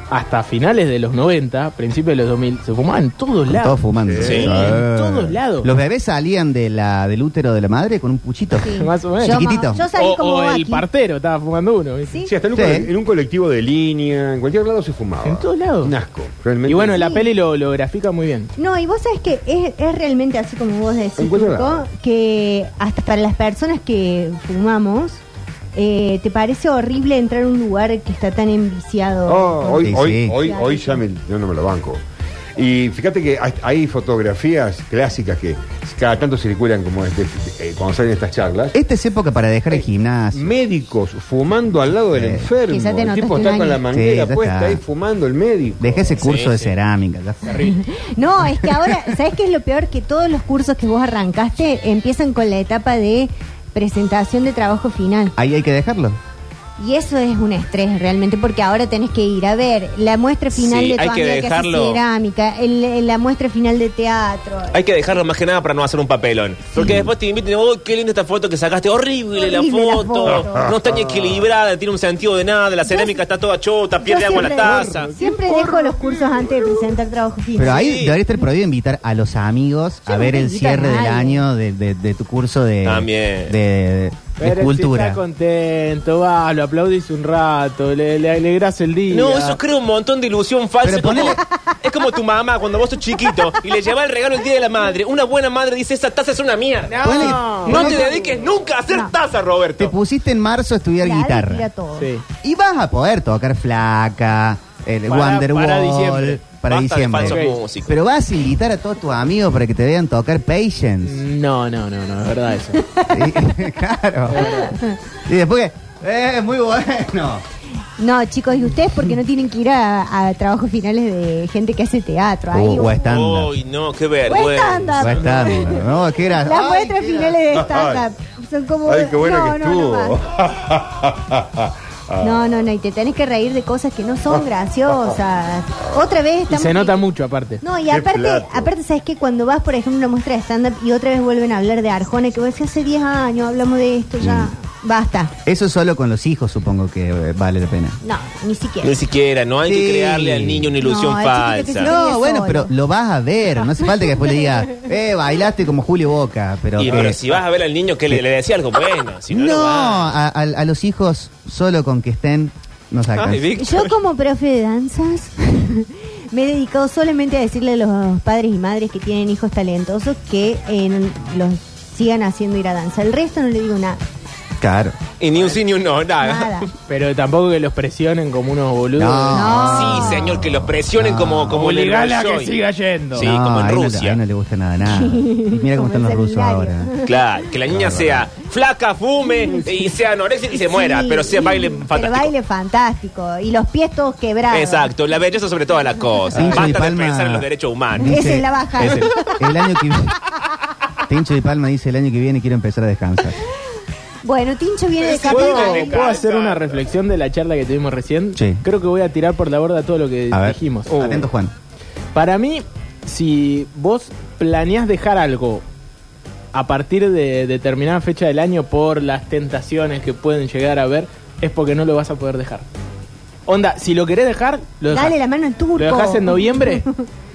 Speaker 10: hasta finales de los 90, principios de los 2000, se fumaban en todos lados.
Speaker 7: Todos fumando.
Speaker 8: Sí.
Speaker 10: En todos lados.
Speaker 7: Los bebés salían de la, del útero de la madre con un puchito.
Speaker 5: Sí.
Speaker 10: Más o menos.
Speaker 5: Yo,
Speaker 7: Chiquitito.
Speaker 5: ma- yo salí
Speaker 10: o
Speaker 5: como
Speaker 10: o
Speaker 5: vos
Speaker 10: el
Speaker 5: aquí.
Speaker 10: partero estaba fumando uno. ¿viste?
Speaker 5: Sí.
Speaker 9: Sí, hasta en un,
Speaker 7: Sí.
Speaker 9: cole- en un colectivo de línea, en cualquier lado se fumaba.
Speaker 10: En todos lados.
Speaker 9: Un asco, realmente.
Speaker 10: Y bueno, la
Speaker 5: Sí.
Speaker 10: peli lo, lo grafica muy bien.
Speaker 5: No, y vos sabés que es, es realmente así como vos decís,
Speaker 9: En cualquier
Speaker 5: Turco,
Speaker 9: lado.
Speaker 5: que hasta para las personas que fumamos, eh, te parece horrible entrar a un lugar que está tan enviciado.
Speaker 9: Oh, hoy,
Speaker 7: Sí,
Speaker 9: hoy,
Speaker 7: sí.
Speaker 9: hoy, hoy ya me, yo no me lo banco. Y fíjate que hay- hay fotografías clásicas que cada tanto circulan como este, eh, cuando salen estas charlas.
Speaker 7: Esta Este es época para dejar el gimnasio.
Speaker 9: Médicos fumando al lado del
Speaker 7: Sí.
Speaker 9: enfermo.
Speaker 5: Que ya te
Speaker 9: El
Speaker 5: notaste
Speaker 9: tipo
Speaker 5: un
Speaker 9: está
Speaker 5: año.
Speaker 9: con la manguera
Speaker 7: Sí, ya
Speaker 9: puesta
Speaker 7: está.
Speaker 9: ahí fumando el médico.
Speaker 7: Dejé ese curso
Speaker 8: Sí,
Speaker 7: de
Speaker 8: sí.
Speaker 7: cerámica. ya fue.
Speaker 5: No, es que ahora, ¿sabes qué es lo peor? Que todos los cursos que vos arrancaste empiezan con la etapa de presentación de trabajo final.
Speaker 7: Ahí hay que dejarlo.
Speaker 5: Y eso es un estrés realmente, porque ahora tenés que ir a ver la muestra final
Speaker 8: Sí,
Speaker 5: de tu
Speaker 8: hay que
Speaker 5: amiga que hace
Speaker 8: dejarlo.
Speaker 5: cerámica, el- el- la muestra final de teatro.
Speaker 8: Hay que dejarlo más que nada para no hacer un papelón. Porque después te invitan, oh, qué linda esta foto que sacaste, horrible, la,
Speaker 5: Horrible la
Speaker 8: foto.
Speaker 5: foto.
Speaker 8: No está ni equilibrada, tiene un sentido de nada, la cerámica está toda chota,
Speaker 5: Yo
Speaker 8: pierde agua en la taza.
Speaker 5: Siempre dejo los cursos antes de presentar trabajo final.
Speaker 7: Pero ahí
Speaker 8: Sí.
Speaker 7: debería estar prohibido invitar a los amigos
Speaker 5: Yo
Speaker 7: a
Speaker 5: no
Speaker 7: ver
Speaker 5: te
Speaker 7: el
Speaker 5: invito a
Speaker 7: cierre del
Speaker 5: nadie.
Speaker 7: año de, de- de tu curso de,
Speaker 8: También.
Speaker 7: de, de
Speaker 10: Pero si
Speaker 7: cultura.
Speaker 10: está contento, va, lo aplaudís un rato, le, le alegrás el día.
Speaker 8: No, eso crea un montón de ilusión falsa.
Speaker 7: Pero
Speaker 8: Es como-
Speaker 7: ponele-
Speaker 8: Es como tu mamá cuando vos sos chiquito y le llevas el regalo el día de la madre. Una buena madre dice: Esa taza es una mierda.
Speaker 7: Ponele-
Speaker 8: No te dediques nunca a hacer
Speaker 5: No.
Speaker 8: taza,
Speaker 7: Te
Speaker 8: Roberto.
Speaker 7: pusiste en marzo a estudiar
Speaker 5: Claro, tira
Speaker 7: guitarra.
Speaker 5: todo.
Speaker 10: Sí.
Speaker 7: Y vas a poder tocar flaca, el
Speaker 10: Para-
Speaker 7: Wonderwall
Speaker 10: para diciembre.
Speaker 8: Basta
Speaker 7: para
Speaker 8: de
Speaker 7: diciembre.
Speaker 8: falsos
Speaker 10: Ok.
Speaker 8: músicos.
Speaker 7: Pero vas a invitar a todos tus amigos para que te vean tocar
Speaker 10: Mm.
Speaker 7: Patience.
Speaker 10: No, no, no, no, es verdad eso.
Speaker 7: Sí, claro. Y después que, eh, muy bueno.
Speaker 5: No, chicos, y ustedes porque no tienen que ir a, a trabajos finales de gente que hace teatro. Ahí,
Speaker 7: Uh, O, o
Speaker 5: un-
Speaker 7: estándar.
Speaker 8: Uy, no, qué
Speaker 5: o
Speaker 8: vergüenza.
Speaker 5: stand-up.
Speaker 7: O estándar. No, ¿qué era?
Speaker 5: Las
Speaker 7: Ay,
Speaker 5: muestras
Speaker 7: ¿qué era?
Speaker 5: finales de stand-up son como.
Speaker 9: Ay, qué bueno
Speaker 5: no,
Speaker 9: que
Speaker 5: no, no
Speaker 9: estuvo. Ah.
Speaker 5: más. No, no, no, y te tenés que reír de cosas que no son graciosas. Otra vez
Speaker 10: Y
Speaker 5: estamos.
Speaker 10: se nota mucho aparte.
Speaker 5: No, y
Speaker 9: Qué
Speaker 5: aparte,
Speaker 9: plato.
Speaker 5: aparte, ¿sabes qué? Cuando vas, por ejemplo, a una muestra de stand-up y otra vez vuelven a hablar de Arjona, que vos decís, hace 10 años hablamos de esto, ya. Basta.
Speaker 7: Eso solo con los hijos supongo que eh, vale la pena.
Speaker 5: No, ni siquiera.
Speaker 8: Ni siquiera, no hay
Speaker 7: Sí.
Speaker 8: que crearle al niño una ilusión
Speaker 5: No, el chiquito que se
Speaker 8: falsa.
Speaker 5: lo-
Speaker 7: No,
Speaker 5: Sí,
Speaker 7: bueno,
Speaker 5: solo.
Speaker 7: pero lo vas a ver. No hace falta que después le digas, eh, bailaste como Julio Boca. Pero,
Speaker 8: Y
Speaker 7: que-
Speaker 8: pero si vas a ver al niño, que le, le decía algo bueno. Si no,
Speaker 7: no,
Speaker 8: no va.
Speaker 7: a, a- a los hijos solo con que estén, no sacan.
Speaker 8: Ay, Víctor.
Speaker 5: Yo como profe de danzas me he dedicado solamente a decirle a los padres y madres que tienen hijos talentosos que eh, los sigan haciendo ir a danza. El resto no le digo nada.
Speaker 7: Claro.
Speaker 8: Y ni un sí ni un no, nada.
Speaker 5: Nada.
Speaker 10: Pero tampoco que los presionen como unos boludos. Ah.
Speaker 7: No.
Speaker 8: Sí, señor, que los presionen como, como en el
Speaker 10: Obligala que
Speaker 8: Bolshoi.
Speaker 10: siga yendo.
Speaker 8: Sí, como en
Speaker 7: ahí no le-
Speaker 8: Rusia.
Speaker 7: ahí No, le gusta nada, nada. Mira cómo
Speaker 5: Como
Speaker 7: están los
Speaker 5: el
Speaker 7: rusos
Speaker 5: seminario.
Speaker 7: ahora.
Speaker 8: Claro, que la niña sea flaca, fume, y sea anoréxica y se muera,
Speaker 5: Sí,
Speaker 8: pero sea
Speaker 5: sí,
Speaker 8: baile
Speaker 5: pero
Speaker 8: fantástico.
Speaker 5: baile fantástico. Y los pies todos quebrados.
Speaker 8: Exacto, la belleza sobre todas las cosas.
Speaker 7: Tincho
Speaker 8: Basta
Speaker 7: y
Speaker 8: de
Speaker 7: Palma-
Speaker 8: pensar en los derechos humanos.
Speaker 5: Esa es la baja.
Speaker 7: Ese. El año que Tincho de Palma dice, el año que viene quiero empezar a descansar.
Speaker 5: Bueno, Tincho viene de
Speaker 10: ¿Puedo,
Speaker 5: Capital.
Speaker 10: puedo hacer una reflexión de la charla que tuvimos recién?
Speaker 7: Sí.
Speaker 10: Creo que voy a tirar por la borda todo lo que
Speaker 7: A ver,
Speaker 10: Eh,
Speaker 7: Uh.
Speaker 10: dijimos.
Speaker 7: atento Juan.
Speaker 10: Para mí, si vos planeás dejar algo a partir de determinada fecha del año por las tentaciones que pueden llegar a ver, es porque no lo vas a poder dejar. Onda, si lo querés dejar, lo dejás.
Speaker 5: Dale la mano al turco.
Speaker 10: Lo dejás en noviembre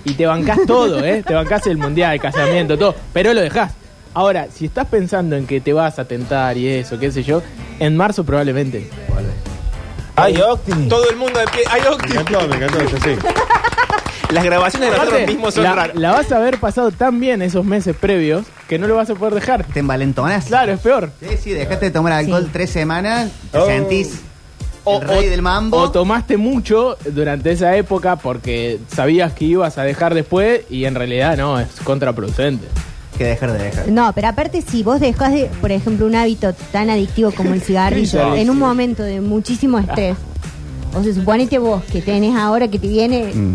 Speaker 10: y te bancás todo, ¿eh? Te bancás el mundial, el casamiento, todo, pero lo dejás. Ahora, si estás pensando en que te vas a tentar y eso, qué sé yo, en marzo probablemente.
Speaker 8: Ay, Octi. Todo el mundo de pie. Ay, Octi.
Speaker 9: Me encantó, me encantó, es así.
Speaker 8: Las grabaciones de nosotros
Speaker 10: Aparte,
Speaker 8: mismos son
Speaker 10: la,
Speaker 8: raras.
Speaker 10: la vas a haber pasado tan bien esos meses previos que no lo vas a poder dejar.
Speaker 7: Te envalentonás.
Speaker 10: Claro, es peor.
Speaker 7: Sí, sí, dejaste de tomar alcohol
Speaker 5: Sí.
Speaker 7: tres semanas, te
Speaker 9: Oh.
Speaker 7: sentís el rey del mambo.
Speaker 10: O tomaste mucho durante esa época porque sabías que ibas a dejar después y en realidad no, es contraproducente.
Speaker 7: Que dejar de dejar.
Speaker 5: No, pero aparte si vos dejas de, por ejemplo, un hábito tan adictivo como el cigarrillo en un momento de muchísimo
Speaker 8: Ah.
Speaker 5: estrés, o sea, suponete vos que tenés ahora que te viene,
Speaker 8: Mm.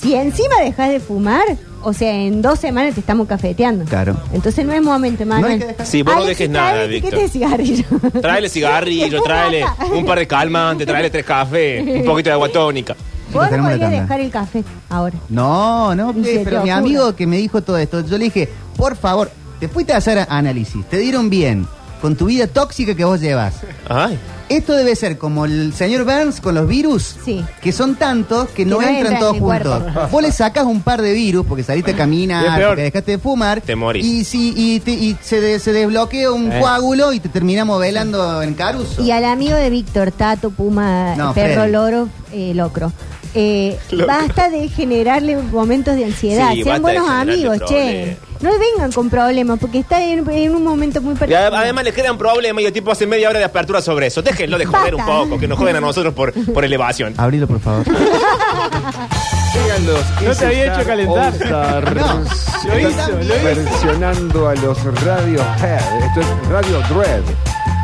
Speaker 5: si encima dejas de fumar, o sea, en dos semanas te estamos cafeteando.
Speaker 7: Claro.
Speaker 5: Entonces no es momento,
Speaker 7: No hay
Speaker 5: Manuel.
Speaker 7: que dejar.
Speaker 8: Sí, vos no
Speaker 5: Alexis,
Speaker 8: dejes nada,
Speaker 5: trae
Speaker 8: Víctor.
Speaker 5: etiqueta de cigarrillo.
Speaker 8: Tráele cigarrillo, tráele un par de calmantes, tráele tres cafés, un poquito de agua tónica.
Speaker 5: Vos no
Speaker 7: tenemos la
Speaker 5: podías
Speaker 7: tanda.
Speaker 5: dejar el café ahora.
Speaker 7: No, no,
Speaker 5: Ni
Speaker 7: pe-
Speaker 5: se
Speaker 7: pero
Speaker 5: te
Speaker 7: mi
Speaker 5: ocurra.
Speaker 7: amigo que me dijo todo esto, yo le dije, por favor, te fuiste a hacer análisis, te dieron bien, con tu vida tóxica que vos llevas.
Speaker 8: Ay.
Speaker 7: Esto debe ser como el señor Burns con los virus,
Speaker 5: Sí.
Speaker 7: que son tantos que no,
Speaker 5: no
Speaker 7: entran,
Speaker 5: entran
Speaker 7: todos
Speaker 5: en el
Speaker 7: juntos. Vos le sacás un par de virus porque saliste a
Speaker 10: Y es
Speaker 7: caminar,
Speaker 10: peor.
Speaker 7: porque dejaste de fumar.
Speaker 8: Te morís.
Speaker 7: Y, sí, y, te- y se, de- se desbloquea un
Speaker 10: Eh.
Speaker 7: coágulo y te terminamos velando en Caruso.
Speaker 5: Y al amigo de Víctor, Tato, Puma,
Speaker 7: No,
Speaker 5: Perro,
Speaker 7: Freddy.
Speaker 5: Loro, eh, Locro. Eh, Basta de generarle momentos de ansiedad.
Speaker 8: Sí,
Speaker 5: Sean
Speaker 8: basta de
Speaker 5: buenos
Speaker 8: generarle
Speaker 5: amigos, che. No vengan con problemas, porque está en, en un momento muy
Speaker 8: Y
Speaker 5: particular.
Speaker 8: ade- además le crean problemas y el tipo hace media hora de apertura sobre eso. Déjenlo de joder un
Speaker 5: Basta.
Speaker 8: poco, que nos joden a nosotros por, por elevación.
Speaker 7: Abrilo, por favor.
Speaker 9: Llegan los
Speaker 10: No te había hecho calentar.
Speaker 9: All-Stars.
Speaker 10: Lo hizo,
Speaker 9: Están
Speaker 10: lo hizo.
Speaker 9: Versionando a los Radiohead. Esto es Radio Dread.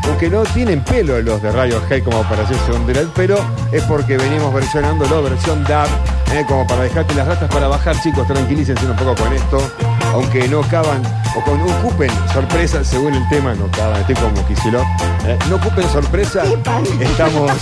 Speaker 9: Porque no tienen pelo los de Radiohead como para hacerse un dread, pero es porque venimos versionándolo, versión DAB, eh, como para dejarte las ratas para bajar, chicos, tranquilícense un poco con esto, aunque no caban, o con, ocupen sorpresa, según el tema, no caban, estoy como Kicillof, eh, no ocupen sorpresa, estamos